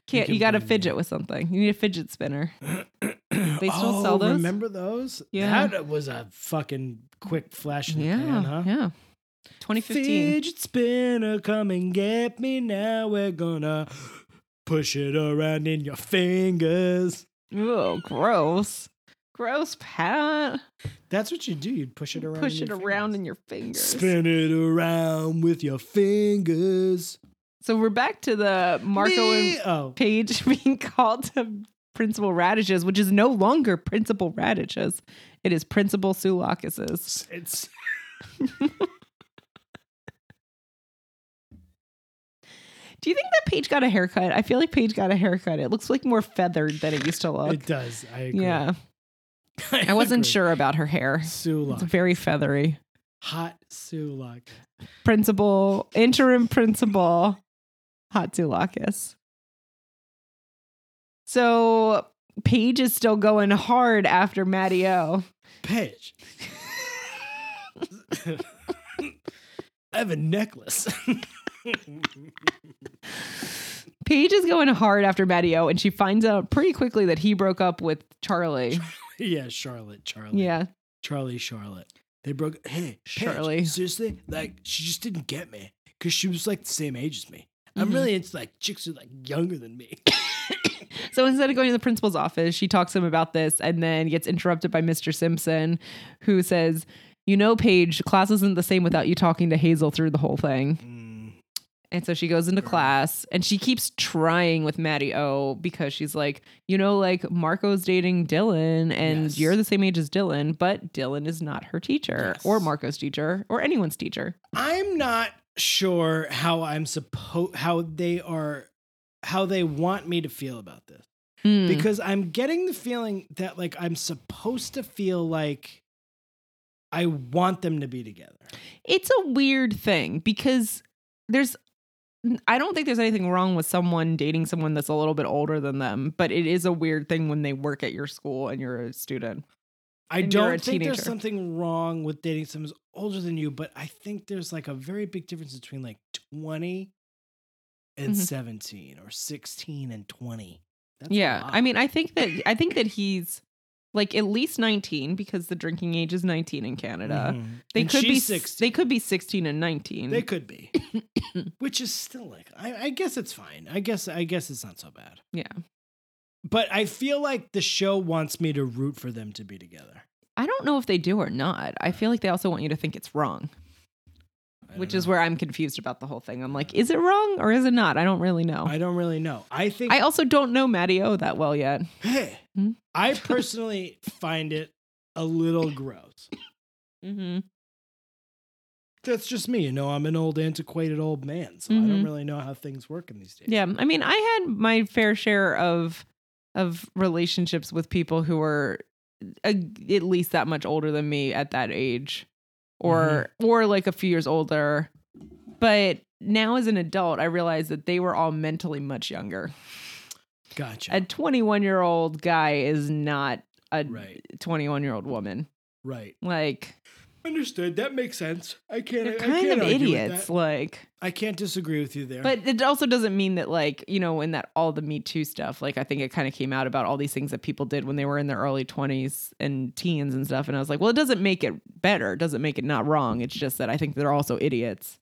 A: Can't
B: can
A: you, got to
B: blame me.
A: fidget with something. You need a fidget spinner.
B: They *clears throat*
A: still sell those?
B: Oh, Remember those?
A: Yeah.
B: that was a fucking quick flash in the pan, huh?
A: Yeah. 2015.
B: Fidget spinner, come and get me now. We're gonna push it around in your fingers.
A: Oh, gross. Gross, Pat.
B: That's what you do. You'd push it around.
A: Push
B: in
A: it
B: your
A: around in
B: fingers.
A: your fingers.
B: Spin it around with your fingers.
A: So we're back to the Marco
B: Me-
A: and
B: Oh,
A: Paige *laughs* being called to Principal Radishes, which is no longer Principal Radishes. It is Principal Soulakis's.
B: it's
A: Do you think that Paige got a haircut? I feel like Paige got a haircut. It looks like more feathered than it used to look.
B: it does. I agree. *laughs*
A: yeah. I wasn't
B: agree.
A: sure about her hair. It's
B: Sulak,
A: very feathery.
B: hot Sulak.
A: principal, interim principal, Hatzulakis. So Paige is still going hard after Matty O. *laughs*
B: *laughs* Paige. I have a necklace. *laughs*
A: Paige is going hard after Matty O, and she finds out pretty quickly that he broke up with Charlie.
B: yeah, Charlotte. Charlotte.
A: Yeah.
B: Charlie Charlotte. They broke. Hey, Charlie.
A: Charlie.
B: seriously, like she just didn't get me because she was like the same age as me. I'm
A: Mhm.
B: really into like chicks who are like younger than me.
A: So instead of going to the principal's office, she talks to him about this and then gets interrupted by Mr. Simpson, who says, You know, Paige, class isn't the same without you talking to Hazel through the whole thing. And so she goes into class and she keeps trying with Maddie O because she's like, you know, like Marco's dating Dylan and
B: Yes.
A: you're the same age as Dylan, but Dylan is not her teacher
B: Yes.
A: or Marco's teacher or anyone's teacher.
B: I'm not sure how I'm supposed how they are how they want me to feel about this
A: Because
B: because I'm getting the feeling that like I'm supposed to feel like I want them to be together.
A: it's a weird thing because there's I don't think there's anything wrong with someone dating someone that's a little bit older than them, but it is a weird thing when they work at your school and you're a student.
B: I
A: And you're a
B: don't think there's
A: teenager.
B: something wrong with dating someone who's older than you, but I think there's like a very big difference between like 20 and
A: Mhm.
B: 17 or 16 and 20. That's a
A: yeah.
B: lot.
A: I mean, I think that I think that he's like at least 19 because the drinking age is 19 in Canada.
B: Mhm.
A: They
B: And
A: could be
B: she's
A: six.
B: 16.
A: They could be 16 and 19.
B: They could
A: *coughs*
B: be, which is still like I, I guess it's fine. I guess I guess it's not so bad.
A: Yeah.
B: But I feel like the show wants me to root for them to be together,
A: I don't know if they do or not. I feel like they also want you to think it's wrong,
B: I don't
A: which
B: know.
A: is where I'm confused about the whole thing. I'm like, is it wrong or is it not? I don't really know.
B: I don't really know. I think
A: I also don't know Matty O that well yet.
B: Hey,
A: Hmm?
B: I personally find it a little gross.
A: Mm-hmm.
B: That's just me. You know, I'm an old, antiquated old man, so I don't
A: Mhm.
B: really know how things work in these days.
A: Yeah, I mean, I had my fair share of of relationships with people who were uh, at least that much older than me at that age, or or like a few years older. But now, as an adult, I realize that they were all mentally much younger.
B: Gotcha.
A: A 21 year old guy is not a
B: right,
A: 21 year old woman.
B: right.
A: Like,
B: Understood. That makes sense. I can't.
A: They're
B: I
A: kind
B: can't
A: of
B: argue with
A: idiots.
B: that.
A: Like,
B: I can't disagree with you there.
A: But it also doesn't mean that, like, you know, in that all the Me Too stuff, like, I think it kind of came out about all these things that people did when they were in their early 20s and teens and stuff. And I was like, well, it doesn't make it better. It doesn't make it not wrong. It's just that I think they're also idiots.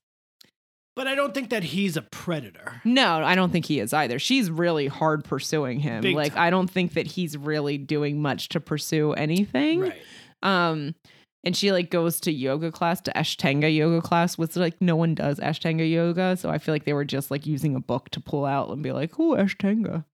B: but I don't think that he's a predator.
A: No, I don't think he is either. She's really hard pursuing him.
B: Big
A: like,
B: time.
A: I don't think that he's really doing much to pursue anything.
B: Right.
A: Um, and she like goes to yoga class to Ashtanga yoga class, which like no one does Ashtanga yoga. So I feel like they were just like using a book to pull out and be like, "Ooh, Ashtanga."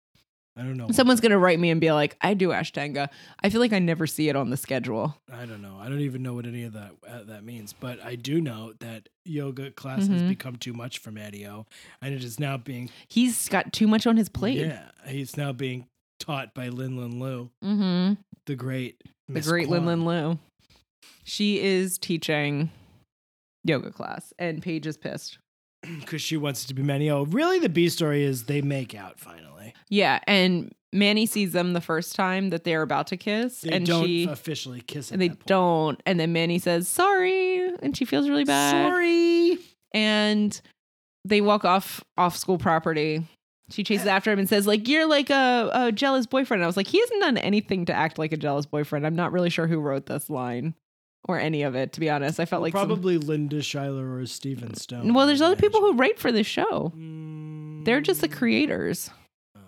B: I don't know.
A: Someone's gonna write me and be like, "I do Ashtanga." I feel like I never see it on the schedule.
B: I don't know. I don't even know what any of that uh, that means. But I do know that yoga class has
A: Mhm.
B: become too much for Matty O, and it is now being
A: He's got too much on his plate.
B: Yeah, he's now being taught by Lin Lin Lu,
A: Mm-hmm.
B: the great,
A: The great Lin Lin Lu. She is teaching yoga class, and Paige is pissed.
B: because she wants it to be Matty O. Really, the B story is they make out finally.
A: Yeah, and Manny sees them the first time that they're about to kiss,
B: They
A: and
B: don't
A: she
B: officially kiss. At
A: and they
B: that point.
A: don't. And then Manny says, sorry. And she feels really bad.
B: Sorry.
A: And they walk off off school property. She chases after him and says, like, you're like a, a jealous boyfriend. I was like, he hasn't done anything to act like a jealous boyfriend. I'm not really sure who wrote this line or any of it, to be honest. I felt like some-
B: Probably Linda Schuyler or Steven Stone.
A: well, there's
B: I
A: other
B: imagine.
A: people who write for this show. They're just the
B: Mm.
A: creators.
B: Oh.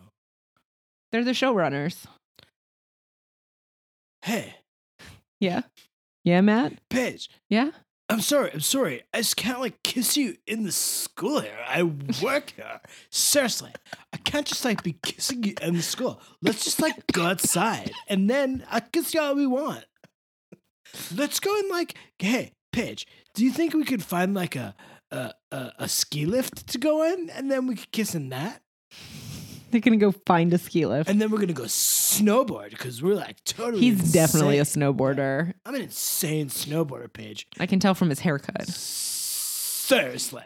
A: They're the showrunners.
B: Hey,
A: Yeah. Yeah, Matt?
B: Paige.
A: Yeah.
B: I'm sorry. I'm sorry. I just can't like kiss you in the school here. I work here. Seriously, I can't just like be kissing you in the school. Let's just like go outside and then I kiss you all we want. Let's go and like, hey, Paige, do you think we could find like a a, a, a ski lift to go in and then we could kiss in that?
A: They're going to go find a ski lift.
B: And then we're gonna go snowboard because we're like totally.
A: He's definitely a
B: insane.
A: snowboarder.
B: I'm an insane snowboarder, Paige.
A: I can tell from his haircut.
B: Seriously.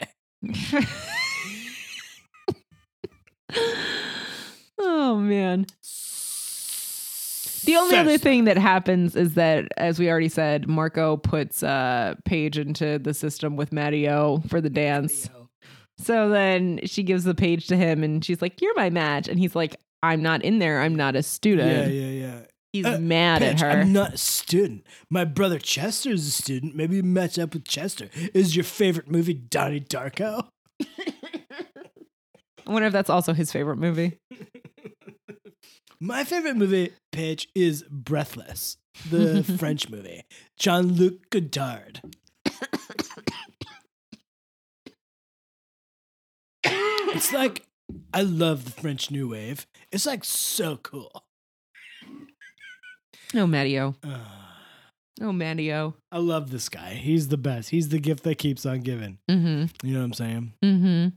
A: oh man. The only other thing that happens is that, as we already said, Marco puts uh, Paige into the system with Matteo for the dance. So then she gives the page to him, and she's like, "You're my match," and he's like, "I'm not in there. I'm not a student."
B: Yeah, yeah, yeah.
A: He's
B: Uh,
A: mad
B: Paige,
A: at her.
B: I'm not a student. My brother Chester is a student. Maybe you match up with Chester. Is your favorite movie Donnie Darko?
A: I wonder if that's also his favorite movie.
B: My favorite movie, Paige, is Breathless,
A: *laughs*
B: the French movie. Jean Luc Godard. it's like, I love the French New Wave. It's like so cool.
A: No, Matteo.
B: Ah.
A: No, Matteo.
B: I love this guy. He's the best. He's the gift that keeps on giving.
A: Mm-hmm.
B: You know what I'm saying?
A: Mm-hmm.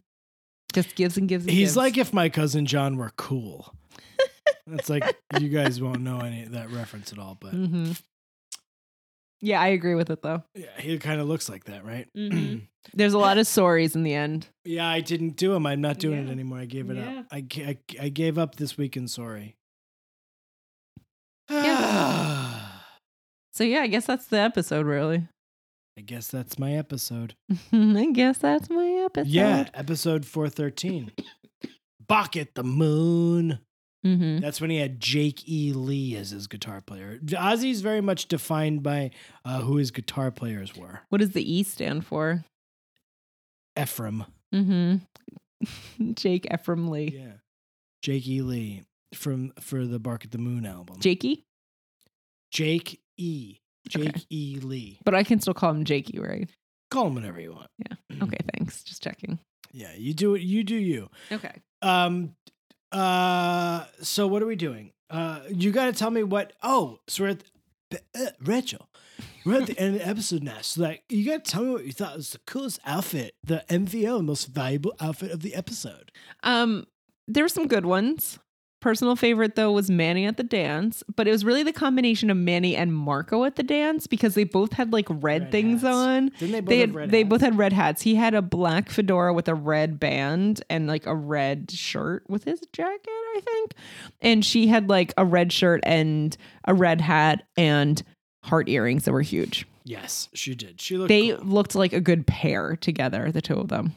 A: Just gives and gives. And
B: He's
A: gives.
B: like if my cousin John were cool. It's like you guys won't know any that reference at all, but
A: Mm-hmm. Yeah, I agree with it though.
B: yeah, he kind of looks like that, right?
A: Mhm. There's a lot of stories in the end.
B: *clears throat* yeah, I didn't do him. I'm not doing it
A: Yeah.
B: anymore. I gave it
A: Yeah.
B: up. I, g- I g- I gave up this weekend. Sorry. *sighs*
A: So yeah, I guess that's the episode, really. *laughs*
B: I guess that's my episode.
A: I guess that's my episode.
B: Yeah, episode 413. Bach at the moon.
A: Mm-hmm.
B: That's when he had Jake E. Lee as his guitar player. Ozzy's very much defined by uh, who his guitar players were.
A: What does the E stand for?
B: Ephraim.
A: Mm-hmm. *laughs* Jake Ephraim Lee.
B: Yeah. Jake E. Lee from for the Bark at the Moon album.
A: Jakey?
B: Jake E. Jake
A: Okay.
B: E. Lee.
A: But I can still call him Jakey, right?
B: Call him whatever you want. Mm-hmm.
A: Okay, thanks. Just checking.
B: Yeah, you do it. You do you.
A: Okay.
B: Um. Uh. So what are we doing? Uh. You got to tell me what. Oh. So we're at the, uh, Rachel. We're at the end of the episode now. So like, you got to tell me what you thought was the coolest outfit, the MVO, most valuable outfit of the episode.
A: Um, there were some good ones. Personal favorite though was Manny at the dance, but it was really the combination of Manny and Marco at the dance because they both had like red,
B: Red
A: things
B: hats.
A: on.
B: Didn't they both
A: they
B: have
A: had,
B: red
A: they
B: hats?
A: both had red hats. He had a black fedora with a red band and like a red shirt with his jacket, I think. And she had like a red shirt and a red hat and heart earrings that were huge.
B: Yes, she did. She looked.
A: They
B: cool.
A: looked like a good pair together, the two of them.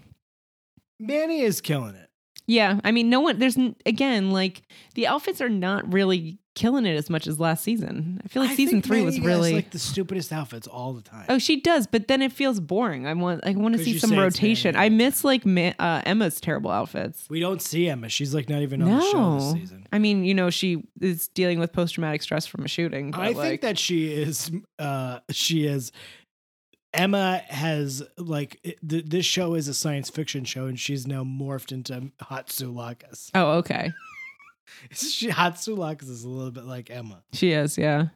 B: Manny is killing it.
A: Yeah, I mean, no one. There's n- again, like the outfits are not really killing it as much as last season. I feel like
B: I
A: season
B: think
A: three
B: Manny
A: was
B: has,
A: really.
B: like the stupidest outfits all the time.
A: oh, she does, but then it feels boring. I want, I want to
B: 'Cause
A: see
B: you
A: some
B: say it's
A: rotation.
B: Manny.
A: I miss like Ma- uh, Emma's terrible outfits.
B: We don't see Emma. She's like not even on the show this
A: No,
B: season.
A: I mean, you know, she is dealing with post traumatic stress from a shooting. But
B: I
A: like,
B: think that she is. Uh, she is. Emma has like it- th- this show is a science fiction show, and she's now morphed into Hatsulakas.
A: Oh, okay.
B: *laughs* She Hatsulakas is a little bit like Emma.
A: She is, yeah.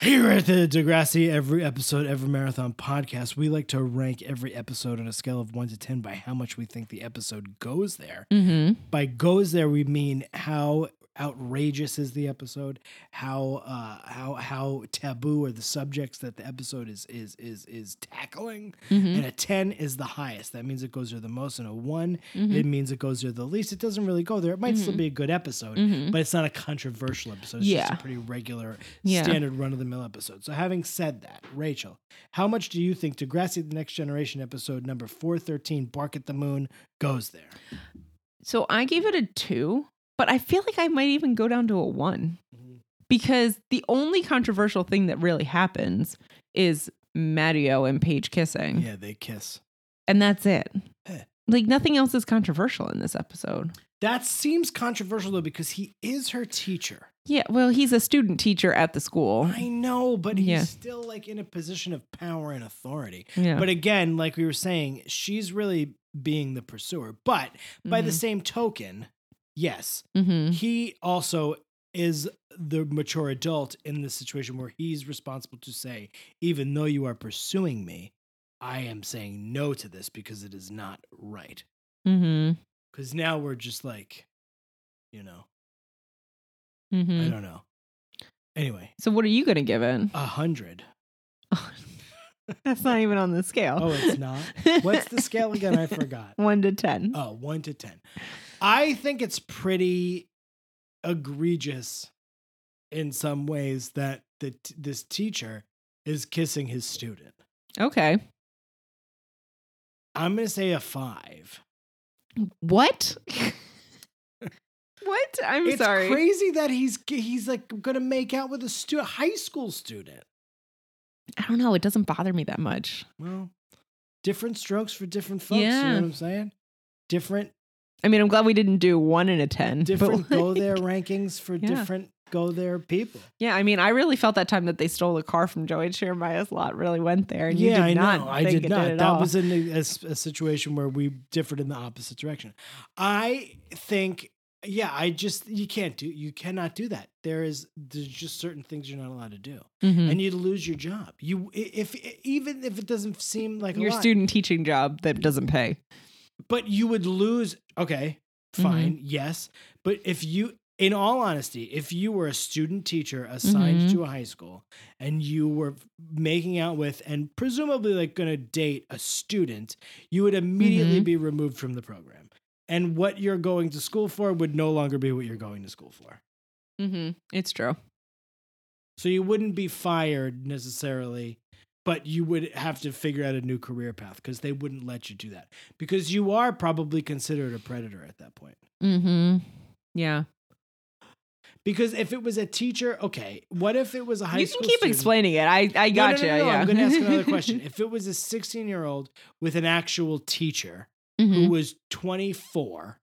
B: Here at the Degrassi Every Episode Every Marathon podcast, we like to rank every episode on a scale of 1 to 10 by how much we think the episode goes there.
A: Mm-hmm.
B: By goes there, we mean how outrageous is the episode, how uh how how taboo are the subjects that the episode is is is is tackling.
A: Mm-hmm.
B: And a 10 is the highest. That means it goes there the most and a one
A: Mm-hmm.
B: it means it goes there the least. It doesn't really go there. It might still be a good episode, but it's not a controversial episode. It's just
A: Mm-hmm. Yeah.
B: a pretty regular
A: Yeah.
B: standard run of the mill episode. So, having said that, Rachel, how much do you think Degrassi The Next Generation episode number 413, Bark at the Moon, goes there?
A: So I gave it a two, but I feel like I might even go down to a one because the only controversial thing that really happens is Mario and Paige kissing,
B: Yeah, they kiss.
A: and that's it.
B: Eh.
A: Like nothing else is controversial in this episode.
B: That seems controversial though, because he is her teacher.
A: Yeah, well, he's a student teacher at the school.
B: I know, but he's
A: Yeah.
B: still like in a position of power and authority.
A: Yeah,
B: But again, like we were saying, she's really being the pursuer. But by
A: Mm-hmm.
B: the same token, yes,
A: hmm
B: he also is the mature adult in this situation where he's responsible to say, even though you are pursuing me, I am saying no to this because it is not right.
A: hmm
B: Because now we're just like, you know, I
A: hmm
B: don't know. Anyway,
A: So what are you gonna give it?
B: a hundred.
A: *laughs* That's not even on the scale.
B: Oh, it's not. What's the scale
A: *laughs*
B: again? I forgot.
A: one to ten?
B: Oh, one to ten. I think it's pretty egregious in some ways that the t- this teacher is kissing his student.
A: Okay.
B: I'm gonna say a five.
A: What? *laughs* what? I'm
B: it's
A: sorry.
B: crazy that he's he's like gonna make out with a stu- high school student.
A: I don't know. It doesn't bother me that much.
B: Well, different strokes for different folks. You know
A: Yeah.
B: what I'm saying? Different
A: I mean, I'm glad we didn't do one in a 10. but,
B: different go
A: like, *laughs*
B: there rankings for
A: Yeah.
B: different go there people.
A: Yeah, I mean, I really felt that time that they stole a car from Joey Jeremiah's lot really went there. And you
B: yeah,
A: did
B: I
A: not
B: know.
A: Think
B: I
A: it
B: did not.
A: Did at
B: that
A: all.
B: was in a, a s- a situation where we differed in the opposite direction. I think, yeah, I just you can't do you cannot do that. There is there's just certain things you're not allowed to do,
A: Mhm.
B: and you lose your job. You i- if i- even if it doesn't seem like
A: your
B: a lot,
A: student teaching job that doesn't pay.
B: but you would lose. Okay, fine, yes, but if you. In all honesty, if you were a student teacher assigned
A: Mhm.
B: to a high school and you were making out with and presumably like going to date a student, you would immediately be removed from the program. And what you're going to school for would no longer be what you're going to school for.
A: Mm-hmm. It's true.
B: So you wouldn't be fired necessarily, but you would have to figure out a new career path because they wouldn't let you do that because you are probably considered a predator at that point.
A: Mm-hmm. Yeah.
B: Because if it was a teacher, okay, what if it was a high
A: you can
B: school
A: keep
B: student?
A: explaining it. I, I
B: No,
A: got
B: no,
A: you.
B: no, no,
A: yeah.
B: I'm going to ask
A: *laughs*
B: another question. If it was a 16 year old with an actual teacher
A: Mhm.
B: who was 24,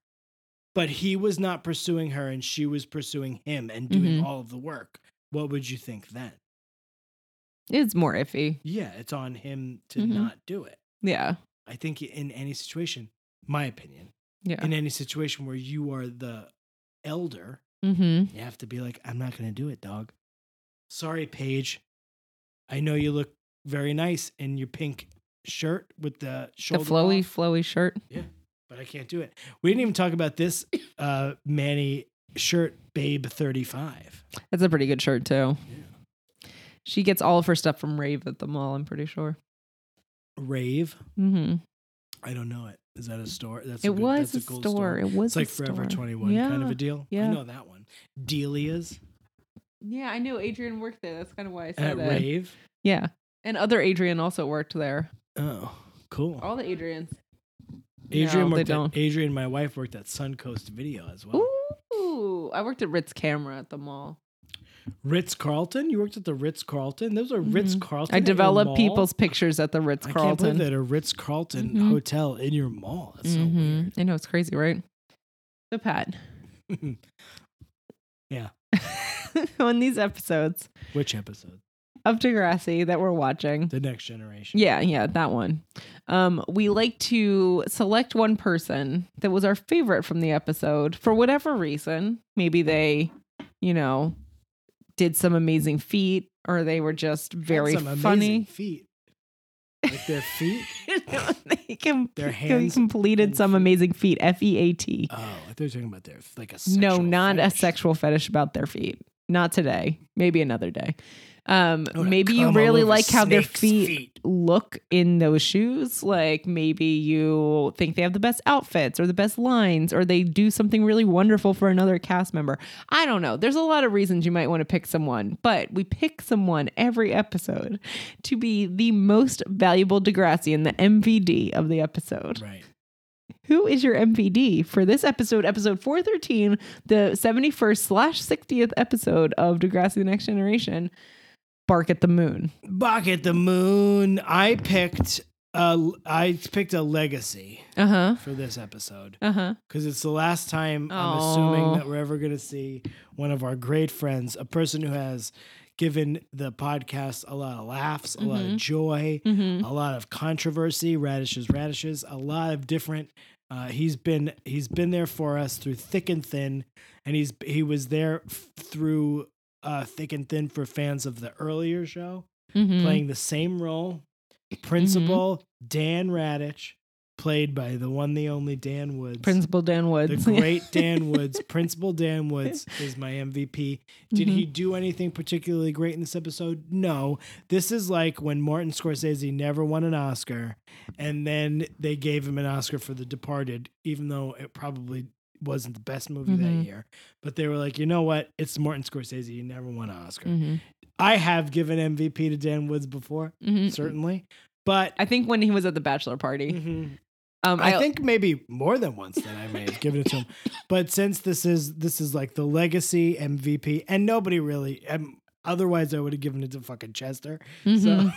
B: but he was not pursuing her and she was pursuing him and doing
A: Mm-hmm.
B: all of the work, what would you think then?
A: It's more iffy.
B: Yeah, it's on him to
A: Mhm.
B: not do it.
A: Yeah.
B: I think in any situation, my opinion,
A: Yeah.
B: in any situation where you are the elder,
A: Mm-hmm.
B: you have to be like, I'm not going to do it, dog. Sorry, Paige. I know you look very nice in your pink shirt with the
A: The
B: shoulder
A: flowy,
B: off,
A: flowy shirt.
B: but I can't do it. We didn't even talk about this uh, Manny shirt, Babe 35.
A: That's a pretty good shirt too. She gets all of her stuff from Rave at the mall. I'm pretty sure.
B: Rave.
A: Mm-hmm.
B: I don't know it. Is that a store? That's a
A: It
B: good-
A: was a,
B: that's
A: store.
B: cool
A: It was
B: It's
A: a
B: like Forever
A: store.
B: 21 kind of a deal. I
A: yeah.
B: know that one. Delia's.
A: Yeah, I know Adrian worked there. That's kind of why I said
B: At
A: that.
B: rave.
A: Yeah. And other Adrian also worked there.
B: Oh, cool.
A: All the Adrians.
B: Adrian
A: no, they
B: worked.
A: don't.
B: At, Adrian, my wife worked at Suncoast Video as well.
A: Ooh. I worked at Ritz Camera at the mall.
B: Ritz Carlton. You worked at the Ritz Carlton. There was a Ritz Carlton.
A: Mm-hmm. I
B: at your
A: develop
B: mall?
A: people's pictures at the Ritz
B: I can't believe
A: Carlton.
B: that a Ritz Carlton
A: Mhm.
B: hotel in your mall. That's so weird.
A: Mhm. I know it's crazy, right? So Pat. *laughs* Mm-hmm.
B: Yeah.
A: on these episodes
B: *laughs* Which episode?
A: of Degrassi that we're watching.
B: The Next Generation.
A: Yeah, yeah, that one. Um, we like to select one person that was our favorite from the episode for whatever reason. Maybe they, you know, did some amazing feat or they were just
B: Had
A: very
B: some amazing
A: funny.
B: feet. Like their feet.
A: *laughs* they com-
B: Their
A: they
B: hands
A: completed
B: and
A: some
B: feet.
A: amazing feat. F E A T.
B: Oh, I thought you were talking about their like a
A: No,
B: sexual
A: not
B: fetish.
A: a sexual fetish about their feet. Not today. Maybe another day. Um,
B: I would have
A: maybe you
B: come all
A: really
B: over
A: like how their
B: snake's
A: feet look in those shoes. Like maybe you think they have the best outfits or the best lines or they do something really wonderful for another cast member. I don't know. There's a lot of reasons you might want to pick someone, but we pick someone every episode to be the most valuable Degrassi and the MVD of the episode.
B: Right.
A: Who is your MVD for this episode, episode 413, the 71st slash 60th episode of Degrassi The Next Generation? Bark at the Moon.
B: Back at the moon. I picked uh I picked a legacy
A: Uh huh.
B: for this episode
A: Uh huh.
B: because it's the last time I'm
A: Aw.
B: assuming that we're ever going to see one of our great friends, a person who has given the podcast a lot of laughs, a lot of joy,
A: Mm-hmm.
B: a lot of controversy, radishes, radishes, a lot of different. Uh, he's been he's been there for us through thick and thin, and he's he was there f- through uh, thick and thin for fans of the earlier show,
A: Mm-hmm.
B: playing the same role, principal Dan Radich, played by the one the only Dan Woods.
A: Principal Dan
B: the
A: Woods. *laughs*
B: great Dan Woods, Principal Dan Woods is my MVP. Did
A: Mhm.
B: he do anything particularly great in this episode? No. This is like when Martin Scorsese never won an Oscar, and then they gave him an Oscar for The Departed, even though it probably wasn't the best movie that
A: Mhm.
B: year. But they were like, you know what? It's Martin Scorsese. You never won an Oscar.
A: Mhm.
B: I have given MVP to Dan Woods before,
A: Mhm.
B: certainly, but.
A: I think when he was at the bachelor party.
B: Mhm.
A: Um,
B: I think maybe more than once that I may have given it
A: *laughs*
B: to him. But since this is this is like the legacy MVP, and nobody really, um, otherwise I would have given it to fucking Chester.
A: mhm.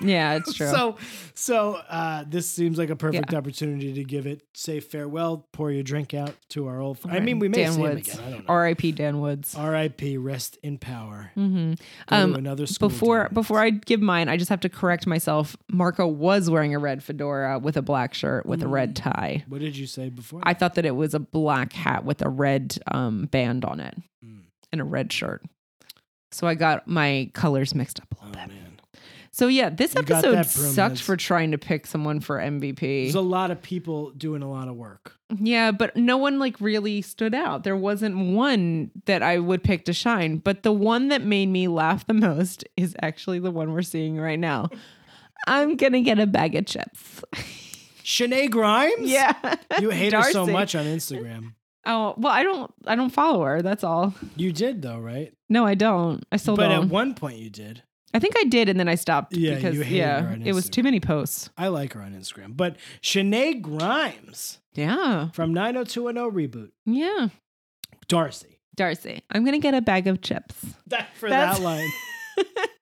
A: yeah,
B: *laughs*
A: it's
B: So,
A: true.
B: so, so uh, this seems like a perfect opportunity to give it. Say farewell, pour your drink out to our old. I mean, we may
A: Dan
B: see him
A: Woods.
B: again. I don't know.
A: R.I.P. Dan Woods.
B: R.I.P. Rest in power.
A: hmm
B: Uh, Go to
A: Um,
B: another school
A: before
B: Dan Woods.
A: before I give mine, I just have to correct myself. Marco was wearing a red fedora with a black shirt with a red tie.
B: What did you say before?
A: I thought that it was a black hat with a red um, band on it
B: Mm.
A: and a red shirt. So I got my colors mixed up a
B: oh
A: little bit.
B: man,
A: So yeah, this
B: You got
A: episode
B: that, Broom.
A: sucked
B: That's-
A: for trying to pick someone for MVP.
B: there's a lot of people doing a lot of work.
A: yeah, but no one like really stood out. There wasn't one that I would pick to shine, but the one that made me laugh the most is actually the one we're seeing right now. I'm going to get a bag of chips.
B: Shanae Grimes.
A: yeah.
B: You hate her so
A: Darcy.
B: much on Instagram.
A: *laughs* Oh, well, I don't I don't follow her, that's all.
B: You did though, right?
A: No, I don't. I still
B: but
A: don't.
B: at one point you did.
A: I think I did, and then I stopped
B: Yeah,
A: because
B: you hated her
A: yeah,
B: on
A: it was
B: Instagram.
A: too many posts.
B: I like her on Instagram. But Shanae Grimes
A: Yeah,
B: from 90210 reboot.
A: yeah. *laughs*
B: Darcy.
A: Darcy, I'm gonna get a bag of chips
B: That for
A: That's-
B: that line.
A: *laughs*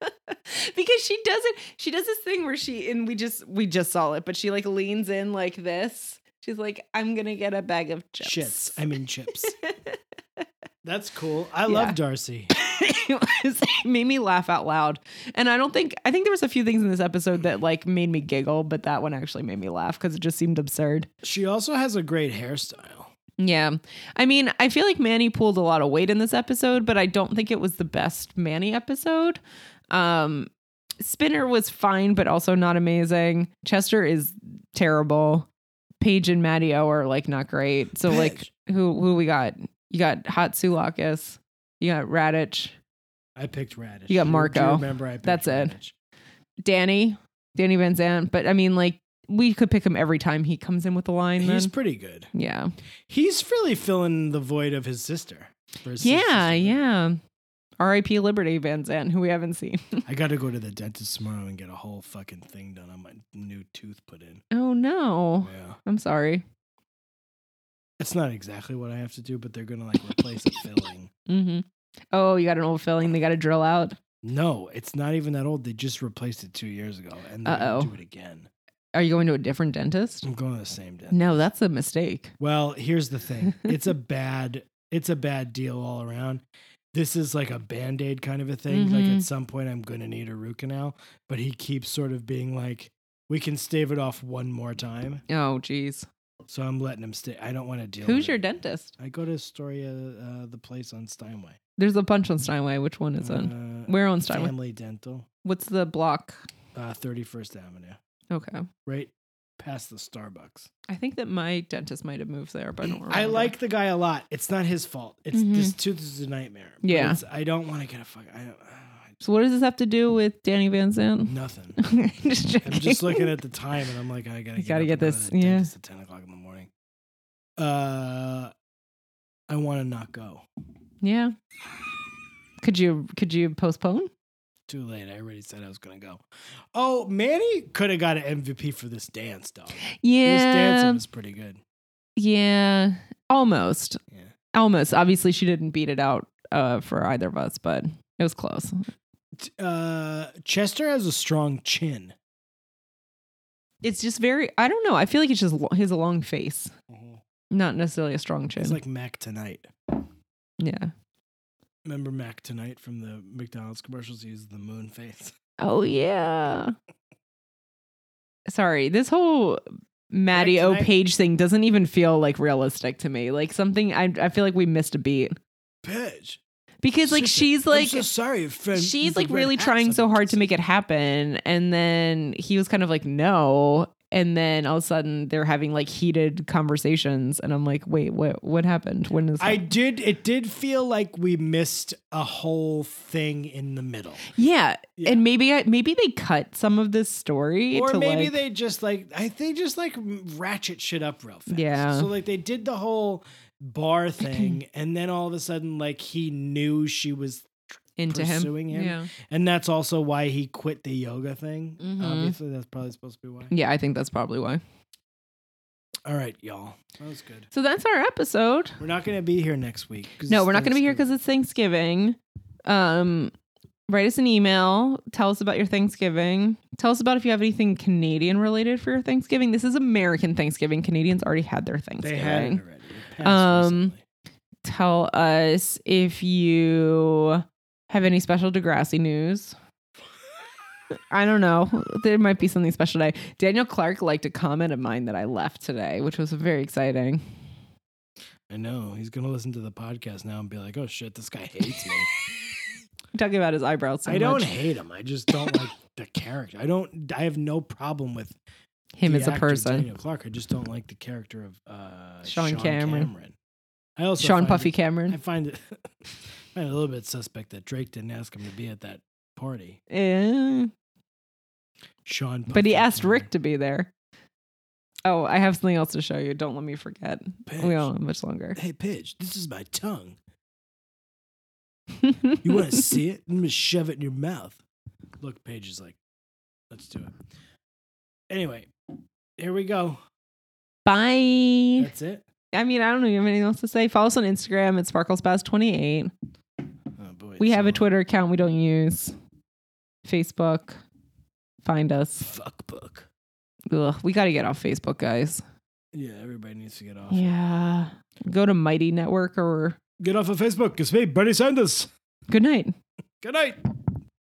A: because she does it. She does this thing where she and we just we just saw it, but she like leans in like this. She's like, "I'm gonna get a bag of
B: *laughs* Chips.
A: *laughs* chips."
B: I mean chips. That's cool. I
A: Yeah.
B: love Darcy.
A: it, was, it made me laugh out loud, and I don't think I think there was a few things in this episode that like made me giggle, but that one actually made me laugh because it just seemed absurd.
B: She also has a great hairstyle.
A: Yeah. I mean, I feel like Manny pulled a lot of weight in this episode, but I don't think it was the best Manny episode. Um Spinner was fine, but also not amazing. Chester is terrible. Paige and Maddie O are like not great. So like
B: Paige.
A: who who we got? You got Hot Sulakis. You got Radich.
B: I picked Radish.
A: You got
B: Do
A: Marco.
B: remember I picked
A: That's it.
B: Radish.
A: Danny. Danny Van Zant. But I mean, like, we could pick him every time he comes in with a line then.
B: He's pretty good.
A: yeah.
B: He's really filling the void of his sister. for his
A: Yeah,
B: sister.
A: yeah. R.I.P. Liberty Van Zandt, who we haven't seen.
B: I got to go to the dentist tomorrow and get a whole fucking thing done on my new tooth put in.
A: oh no,
B: Yeah.
A: I'm sorry.
B: It's not exactly what I have to do, but they're going to like replace a filling.
A: Mm-hmm. Oh, you got an old filling. They got to drill out.
B: No, it's not even that old. They just replaced it two years ago and they're going to
A: Uh-oh.
B: do it again.
A: Are you going to a different dentist?
B: I'm going to the same dentist.
A: No, that's a mistake.
B: Well, here's
A: *laughs*
B: the thing. It's a bad it's a bad deal all around. This is like a band-aid kind of a thing. Like
A: Mhm.
B: at some point I'm gonna need a root canal. But he keeps sort of being like, We can stave it off one more time.
A: Oh, geez.
B: So I'm letting him stay. I don't want to deal
A: Who's
B: with
A: your
B: it.
A: dentist?
B: I go to Astoria, uh, the place on Steinway.
A: There's a bunch on Steinway. Which one is it?
B: Uh,
A: We're on Steinway.
B: Family Dental,
A: What's the block?
B: uh, 31st Avenue,
A: Okay.
B: right past the Starbucks.
A: I think that my dentist might have moved there, but I don't remember.
B: I like the guy a lot. It's not his fault. It's
A: Mhm.
B: this tooth is a nightmare. But
A: Yeah.
B: it's- I don't want to get a fuck. I don't, I
A: So what does this have to do with Danny Van Zandt? *laughs*
B: don't- nothing.
A: just
B: I'm
A: checking. *laughs*
B: just looking at the time and I'm like, I gotta
A: You
B: get,
A: gotta
B: up
A: get
B: and go to
A: this-
B: the
A: yeah.
B: dentist at 10 o'clock in the morning. Uh, I want to not go.
A: Yeah. Could you could you postpone?
B: Too late. I already said I was gonna go. Oh, Manny could have got an MVP for this dance, dog. This dancing was pretty good.
A: yeah. Almost.
B: Yeah.
A: Almost. Obviously she didn't beat it out uh, for either of us, but it was close.
B: T- Uh, Chester has a strong chin.
A: It's just very I don't know. I feel like it's just lo- his long face.
B: Mm-hmm.
A: Not necessarily a strong chin.
B: He's like Mac Tonight.
A: yeah.
B: Remember Mac Tonight from the McDonald's commercials? He used the moon face. *laughs*
A: Oh yeah. Sorry, this whole Maddie
B: Like
A: O
B: tonight-
A: Page thing doesn't even feel like realistic to me. Like something I I feel like we missed a beat
B: Bitch.
A: because like
B: Sister,
A: she's like
B: I'm so sorry, friend. with
A: she's
B: the
A: like
B: red
A: really
B: hat
A: trying so hard to
B: sometimes."
A: make it happen and then he was kind of like no and then all of a sudden they're having like heated conversations and I'm like wait what what happened when is
B: I did. It did feel like we missed a whole thing in the middle,
A: yeah.
B: Yeah.
A: and maybe I, maybe they cut some of this story
B: or
A: to,
B: maybe
A: like-
B: they just like I they just like ratchet shit up real fast.
A: Yeah.
B: So like they did the whole bar *clears throat* thing, and then all of a sudden, like he knew she was,
A: into
B: pursuing him.
A: yeah
B: and that's also why he quit the yoga thing.
A: Mhm.
B: Obviously, that's probably supposed to be why.
A: yeah I think that's probably why.
B: All right, y'all. That was good.
A: So that's our episode.
B: We're not going to be here next week. 'cause
A: No,
B: it's
A: we're not going to be here because
B: Thanksgiving.
A: it's Thanksgiving. Um, write us an email. Tell us about your Thanksgiving. Tell us about if you have anything Canadian related for your Thanksgiving. This is American Thanksgiving. Canadians already had their
B: they
A: Thanksgiving.
B: had it already. It passed
A: Um,
B: recently.
A: Tell us if you have any special Degrassi
B: *laughs*
A: news. I don't know. There might be something special today. Daniel Clark liked a comment of mine that I left today, which was very exciting.
B: I know he's going to listen to the podcast now and be like, "Oh shit, this guy hates me."
A: Talking about his eyebrows. *laughs* So
B: I don't
A: much.
B: hate him. I just don't like the character. I don't. I have no problem with
A: him
B: the
A: as a
B: actor
A: person.
B: Daniel Clark. I just don't like the character of uh,
A: Sean
B: Sean,
A: Cameron.
B: Cameron. I also
A: Sean
B: find
A: Puffy
B: It,
A: Cameron.
B: I find it, *laughs* find it a little bit suspect that Drake didn't ask him to be at that party.
A: Eh,
B: Sean,
A: but he
B: Puffy
A: asked
B: Cameron.
A: Rick to be there. Oh, I have something else to show you. Don't let me forget. We
B: Pidge.
A: don't have much longer.
B: Hey, Pidge, this is my tongue. *laughs* You
A: *laughs*
B: want to see it? I'm gonna shove it in your mouth. Look, Paige is like, let's do it. Anyway, here we go.
A: Bye.
B: That's it.
A: I mean, I don't know. You have anything else to say? Follow us on Instagram at SparklesPass28.
B: Oh boy,
A: We
B: it's
A: have
B: so
A: a Twitter account we don't use. Facebook. Find us.
B: fuck book.
A: Ugh, we got to get off Facebook, guys.
B: Yeah, everybody needs to get off.
A: Yeah. Go to Mighty Network or
B: Get off of Facebook. It's me, Bernie Sanders.
A: good night.
B: Good night.